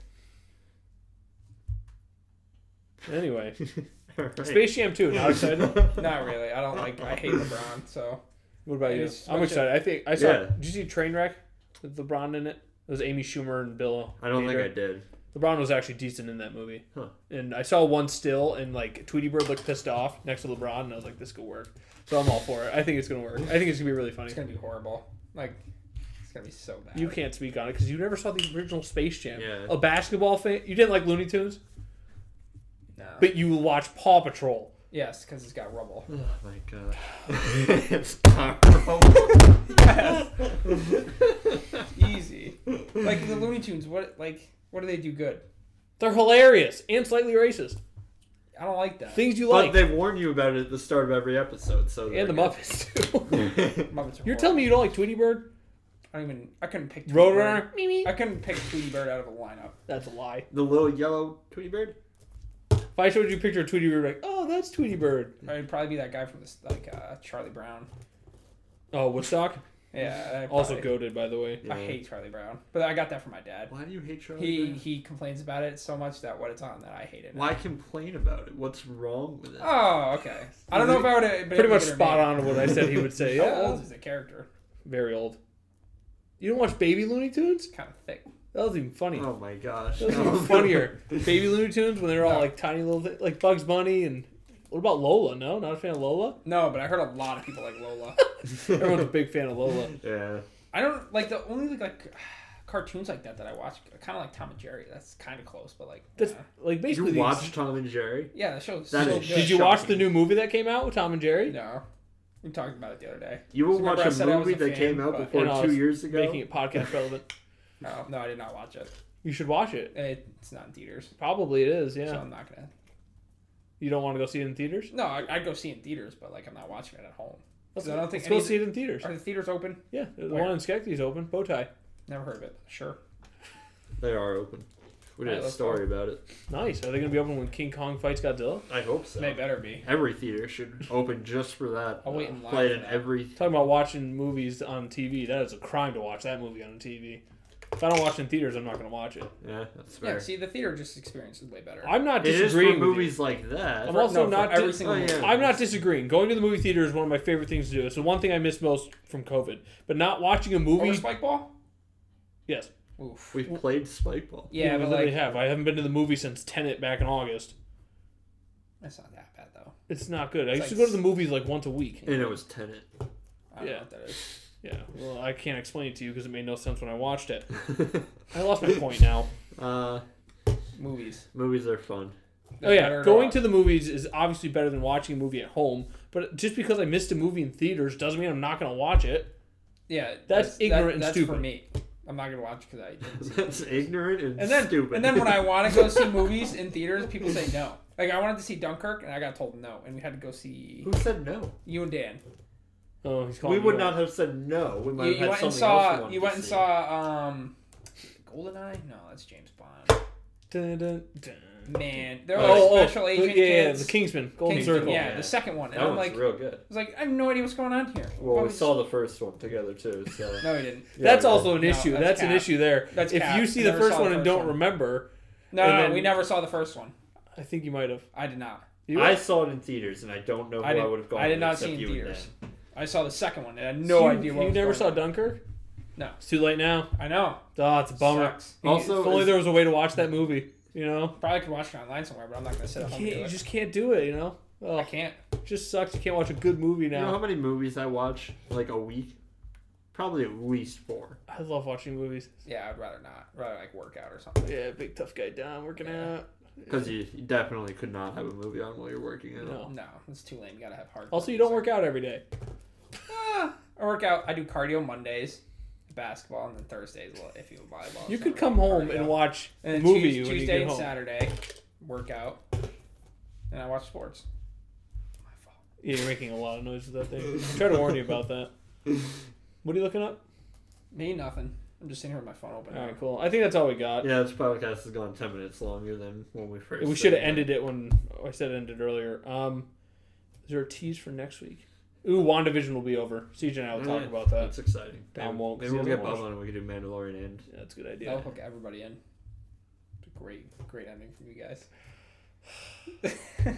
[SPEAKER 3] Anyway,
[SPEAKER 1] All right.
[SPEAKER 3] Space Jam 2, not excited.
[SPEAKER 2] Not really. I don't like. I hate LeBron. So
[SPEAKER 3] What about you?
[SPEAKER 2] It's
[SPEAKER 3] I'm
[SPEAKER 2] much
[SPEAKER 3] excited. I think I saw.
[SPEAKER 1] Yeah.
[SPEAKER 3] Did you see Trainwreck with LeBron in it? It was Amy Schumer and Bill.
[SPEAKER 1] I don't think I
[SPEAKER 3] Hader.
[SPEAKER 1] did.
[SPEAKER 3] LeBron was actually decent in that movie.
[SPEAKER 1] Huh.
[SPEAKER 3] And I saw one still, and like Tweety Bird looked pissed off next to LeBron, and I was like, "This could work." So I'm all for it. I think it's gonna work. I think it's gonna be really funny.
[SPEAKER 2] it's gonna be horrible. Like it's gonna be so bad.
[SPEAKER 3] You can't speak on it because you never saw the original Space Jam.
[SPEAKER 1] Yeah.
[SPEAKER 3] A basketball fan, you didn't like Looney Tunes,
[SPEAKER 2] No.
[SPEAKER 3] but you watched Paw Patrol.
[SPEAKER 2] yes, because it's got rubble.
[SPEAKER 1] Oh my god. it's horrible.
[SPEAKER 2] Easy. Like the Looney Tunes. What like what do they do good?
[SPEAKER 3] They're hilarious and slightly racist.
[SPEAKER 2] I don't like that.
[SPEAKER 3] Things you
[SPEAKER 1] But
[SPEAKER 3] like,
[SPEAKER 1] they warn you about it at the start of every episode, so
[SPEAKER 3] and the Muppets too.
[SPEAKER 1] Muppet.
[SPEAKER 2] Muppets are
[SPEAKER 3] You're telling me you don't like Tweety Bird,
[SPEAKER 2] horrible. I don't even. I couldn't pick. Tweety Bird.
[SPEAKER 3] Roadrunner? Me, me.
[SPEAKER 2] I couldn't pick Tweety Bird out of a lineup.
[SPEAKER 3] That's a lie.
[SPEAKER 1] the little yellow Tweety Bird.
[SPEAKER 3] If I showed you a picture of Tweety Bird, like, oh, that's Tweety Bird.
[SPEAKER 2] I'd probably be that guy from this, like uh, Charlie Brown.
[SPEAKER 3] Oh, Woodstock,
[SPEAKER 2] Yeah. I'd
[SPEAKER 3] also
[SPEAKER 2] probably-
[SPEAKER 3] goaded by the way.
[SPEAKER 2] I hate Charlie Brown, but I got that from my dad.
[SPEAKER 1] Why do you hate Charlie?
[SPEAKER 2] He
[SPEAKER 1] Brown?
[SPEAKER 2] he complains about it so much that what it's on that I hate it. now.
[SPEAKER 1] Why complain about it? What's wrong with it?
[SPEAKER 2] Oh, okay. I don't know if I would have.
[SPEAKER 3] Pretty much spot on to what I said he would say.
[SPEAKER 2] How
[SPEAKER 3] Yeah,
[SPEAKER 2] old is the character?
[SPEAKER 3] very old. You don't watch Baby Looney Tunes?
[SPEAKER 2] Kind of thick.
[SPEAKER 3] That was even funny.
[SPEAKER 1] Oh my gosh. Oh.
[SPEAKER 3] That was even funnier. Baby Looney Tunes when they were all
[SPEAKER 2] No.
[SPEAKER 3] like tiny little, thi- like Bugs Bunny and what about Lola? No, not a fan of Lola.
[SPEAKER 2] No, but I heard a lot of people like Lola.
[SPEAKER 3] Everyone's a big fan of Lola.
[SPEAKER 1] yeah.
[SPEAKER 2] I don't like the only like cartoons like that that I watch. Kind of like Tom and Jerry. That's kind of close, but like
[SPEAKER 3] That's
[SPEAKER 2] nah.
[SPEAKER 3] like
[SPEAKER 1] You
[SPEAKER 3] basically. these-
[SPEAKER 1] watch Tom and Jerry?
[SPEAKER 2] yeah, that show's
[SPEAKER 1] That
[SPEAKER 2] so
[SPEAKER 1] is
[SPEAKER 2] good.
[SPEAKER 3] Did you watch the new movie that came out with Tom and Jerry?
[SPEAKER 2] No, we talked about it the other day.
[SPEAKER 1] You will
[SPEAKER 2] Remember
[SPEAKER 1] watch
[SPEAKER 2] I
[SPEAKER 1] a
[SPEAKER 2] said I was
[SPEAKER 1] movie
[SPEAKER 2] a
[SPEAKER 1] that
[SPEAKER 2] fan,
[SPEAKER 1] came out
[SPEAKER 2] but-
[SPEAKER 1] before
[SPEAKER 3] And I
[SPEAKER 1] two
[SPEAKER 3] was
[SPEAKER 1] years ago.
[SPEAKER 3] Making it podcast relevant.
[SPEAKER 2] No, no, I did not watch it.
[SPEAKER 3] You should watch it.
[SPEAKER 2] It's not in theaters,
[SPEAKER 3] Probably it is.
[SPEAKER 2] so
[SPEAKER 3] Yeah.
[SPEAKER 2] I'm not gonna.
[SPEAKER 3] You don't want to go see it in theaters?
[SPEAKER 2] No, I, I'd go see it in theaters, but like I'm not watching it at home.
[SPEAKER 3] Let's,
[SPEAKER 2] I don't think
[SPEAKER 3] let's go
[SPEAKER 2] any-
[SPEAKER 3] see it in theaters.
[SPEAKER 2] Are the theaters open?
[SPEAKER 3] Yeah, the
[SPEAKER 2] Where?
[SPEAKER 3] one in Skeksis open. Bowtie.
[SPEAKER 2] Never heard of it. Sure.
[SPEAKER 1] They are open. We
[SPEAKER 2] Alright,
[SPEAKER 1] did a
[SPEAKER 2] let's
[SPEAKER 1] story about it.
[SPEAKER 3] Nice. Are they going to be open when King Kong fights Godzilla?
[SPEAKER 1] I hope so.
[SPEAKER 2] They better be.
[SPEAKER 1] Every theater should open just for that.
[SPEAKER 2] I'll wait in line
[SPEAKER 1] Played
[SPEAKER 2] for
[SPEAKER 1] in
[SPEAKER 2] that.
[SPEAKER 1] every.
[SPEAKER 3] Talking about watching movies on TV, that is a crime to watch that movie on TV. If I don't watch it in theaters, I'm not going to watch it.
[SPEAKER 1] Yeah, that's
[SPEAKER 2] Yeah,
[SPEAKER 1] fair.
[SPEAKER 2] see, the theater just experience is way better.
[SPEAKER 3] I'm not
[SPEAKER 1] it is for
[SPEAKER 3] disagreeing. with you.
[SPEAKER 1] movies like that.
[SPEAKER 3] I'm also
[SPEAKER 2] no, for
[SPEAKER 3] not.
[SPEAKER 2] every
[SPEAKER 3] dis-
[SPEAKER 2] single
[SPEAKER 1] Oh, yeah.
[SPEAKER 2] movie.
[SPEAKER 3] I'm not disagreeing. Going to the movie theater is one of my favorite things to do. It's the one thing I miss most from COVID. But not watching a
[SPEAKER 2] Over
[SPEAKER 3] movie.
[SPEAKER 2] spike ball?
[SPEAKER 3] Yes.
[SPEAKER 2] Oof.
[SPEAKER 1] We've played Spikeball.
[SPEAKER 2] Yeah,
[SPEAKER 3] we
[SPEAKER 2] but
[SPEAKER 3] literally
[SPEAKER 2] like,
[SPEAKER 3] have. I haven't been to the movie since Tenet back in August.
[SPEAKER 2] that's not that bad though.
[SPEAKER 3] It's not good. I
[SPEAKER 2] It's
[SPEAKER 3] used to
[SPEAKER 2] like
[SPEAKER 3] go to the movies like once a week.
[SPEAKER 1] And it was Tenet.
[SPEAKER 2] I don't
[SPEAKER 3] Yeah.
[SPEAKER 2] know what that is.
[SPEAKER 3] Yeah. Well, I can't explain it to you because it made no sense when I watched it. I lost my point now.
[SPEAKER 1] uh,
[SPEAKER 2] Movies.
[SPEAKER 1] movies are fun.
[SPEAKER 3] Oh yeah, going to the movies is obviously better than watching a movie at home. But just because I missed a movie in theaters doesn't mean I'm not going to watch it.
[SPEAKER 2] yeah.
[SPEAKER 3] That's ignorant and
[SPEAKER 2] that's
[SPEAKER 3] stupid.
[SPEAKER 2] For me, I'm not gonna watch because I didn't. See it.
[SPEAKER 1] That's ignorant and,
[SPEAKER 2] And then
[SPEAKER 1] stupid.
[SPEAKER 2] and then when I want to go see movies in theaters, people say no. Like I wanted to see Dunkirk and I got told no, and we had to go see
[SPEAKER 1] Who said no?
[SPEAKER 2] you and Dan.
[SPEAKER 3] Oh, he's calling
[SPEAKER 1] We
[SPEAKER 3] me
[SPEAKER 1] would
[SPEAKER 3] out.
[SPEAKER 1] not have said no. We
[SPEAKER 2] You,
[SPEAKER 1] might
[SPEAKER 2] you
[SPEAKER 1] have had
[SPEAKER 2] went
[SPEAKER 1] something else
[SPEAKER 2] and
[SPEAKER 1] we
[SPEAKER 2] saw
[SPEAKER 1] wanted
[SPEAKER 2] you
[SPEAKER 1] to
[SPEAKER 2] went and
[SPEAKER 1] see.
[SPEAKER 2] saw um, Goldeneye. No, that's James Bond.
[SPEAKER 3] Dun, dun, dun.
[SPEAKER 2] Man,
[SPEAKER 1] Oh,
[SPEAKER 2] they're all
[SPEAKER 1] oh,
[SPEAKER 2] special agent
[SPEAKER 3] yeah, yeah, the
[SPEAKER 2] kids.
[SPEAKER 3] Kingsman, Golden
[SPEAKER 2] Kingsman,
[SPEAKER 3] Circle.
[SPEAKER 2] yeah,
[SPEAKER 1] yeah.
[SPEAKER 2] the second one. And
[SPEAKER 1] That
[SPEAKER 2] I'm
[SPEAKER 1] one's
[SPEAKER 2] like,
[SPEAKER 1] real good.
[SPEAKER 2] I was like, I have no idea what's going on here.
[SPEAKER 1] Well,
[SPEAKER 2] What
[SPEAKER 1] we
[SPEAKER 2] was-
[SPEAKER 1] saw the first one together too. So
[SPEAKER 2] No, he didn't.
[SPEAKER 1] Yeah,
[SPEAKER 3] That's
[SPEAKER 1] we
[SPEAKER 3] also an
[SPEAKER 2] No,
[SPEAKER 3] issue.
[SPEAKER 2] that's
[SPEAKER 3] That's, an
[SPEAKER 2] cap.
[SPEAKER 3] issue there.
[SPEAKER 2] That's
[SPEAKER 3] if
[SPEAKER 2] cap.
[SPEAKER 3] you see the
[SPEAKER 2] Never
[SPEAKER 3] first
[SPEAKER 2] saw the
[SPEAKER 3] one and
[SPEAKER 2] first
[SPEAKER 3] don't
[SPEAKER 2] one.
[SPEAKER 3] remember,
[SPEAKER 2] No,
[SPEAKER 3] And
[SPEAKER 2] no,
[SPEAKER 3] then-
[SPEAKER 2] we never saw the first one.
[SPEAKER 3] I think you might have.
[SPEAKER 2] I did not.
[SPEAKER 1] did.
[SPEAKER 3] You
[SPEAKER 1] I saw it in theaters, and I don't know who
[SPEAKER 2] I
[SPEAKER 1] I,
[SPEAKER 2] did-
[SPEAKER 1] would have gone.
[SPEAKER 2] I did
[SPEAKER 1] with
[SPEAKER 2] not
[SPEAKER 1] except
[SPEAKER 2] see in
[SPEAKER 1] you and
[SPEAKER 2] theaters.
[SPEAKER 1] Dan.
[SPEAKER 2] I saw the second one. and I had no
[SPEAKER 3] you,
[SPEAKER 2] idea what.
[SPEAKER 3] You
[SPEAKER 2] was
[SPEAKER 3] never
[SPEAKER 2] going
[SPEAKER 3] saw
[SPEAKER 2] on.
[SPEAKER 3] Dunkirk?
[SPEAKER 2] No.
[SPEAKER 3] It's too late now.
[SPEAKER 2] I know.
[SPEAKER 3] Oh, it's a bummer.
[SPEAKER 2] Sucks.
[SPEAKER 1] Also-
[SPEAKER 3] if only
[SPEAKER 1] is-
[SPEAKER 3] there was a way to watch that movie. You know,
[SPEAKER 2] probably could watch it online somewhere, but I'm not gonna sit
[SPEAKER 3] you,
[SPEAKER 2] at home
[SPEAKER 3] can't,
[SPEAKER 2] and do
[SPEAKER 3] you
[SPEAKER 2] it.
[SPEAKER 3] just can't do it. You know,
[SPEAKER 2] I
[SPEAKER 3] oh,
[SPEAKER 2] can't.
[SPEAKER 3] it just sucks. You can't watch a good movie
[SPEAKER 1] You know how
[SPEAKER 3] now.
[SPEAKER 1] many movies I watch like a week? Probably at least four.
[SPEAKER 3] I love watching movies.
[SPEAKER 2] Yeah, I'd rather not. I'd rather like work out or something.
[SPEAKER 3] Yeah, big tough guy Dom working
[SPEAKER 2] Yeah.
[SPEAKER 3] out.
[SPEAKER 1] Because you you definitely could not have a movie on while you're working out.
[SPEAKER 3] No.
[SPEAKER 2] No, it's too lame. You gotta have hard.
[SPEAKER 3] Also, you don't work out every day.
[SPEAKER 2] Ah, I work out. I do cardio Mondays, basketball, and then Thursdays a little iffy with volleyball.
[SPEAKER 3] You
[SPEAKER 2] so
[SPEAKER 3] could
[SPEAKER 2] I
[SPEAKER 3] come
[SPEAKER 2] work
[SPEAKER 3] home
[SPEAKER 2] out.
[SPEAKER 3] and watch
[SPEAKER 2] and
[SPEAKER 3] a
[SPEAKER 2] then
[SPEAKER 3] movie
[SPEAKER 2] Tues-
[SPEAKER 3] when you
[SPEAKER 2] Tuesday
[SPEAKER 3] get
[SPEAKER 2] and
[SPEAKER 3] home.
[SPEAKER 2] Saturday, work out, and I watch sports. My fault.
[SPEAKER 3] Yeah, you're making a lot of noise with that thing. Try to warn you about that. What are you looking up?
[SPEAKER 2] Me nothing. I'm just sitting here with my phone open.
[SPEAKER 3] All right, cool. I think that's all we got.
[SPEAKER 1] Yeah, this podcast has gone ten minutes longer than when we first.
[SPEAKER 3] We
[SPEAKER 1] said
[SPEAKER 3] should have
[SPEAKER 1] it.
[SPEAKER 3] ended it when oh, I said it ended earlier. Um, is there a tease for next week? Ooh, WandaVision will be over. CJ and I will talk
[SPEAKER 1] Yeah,
[SPEAKER 3] about that.
[SPEAKER 1] Mm. That's eh, exciting.
[SPEAKER 3] Tom
[SPEAKER 1] Maybe-
[SPEAKER 3] won't, 'cause
[SPEAKER 1] Maybe we'll
[SPEAKER 3] he doesn't
[SPEAKER 1] get
[SPEAKER 3] watch
[SPEAKER 1] Bob on and we can do Mandalorian and
[SPEAKER 3] Yeah, that's a good
[SPEAKER 2] That'll
[SPEAKER 3] idea.
[SPEAKER 2] hook everybody in. It's a great, great ending from you guys.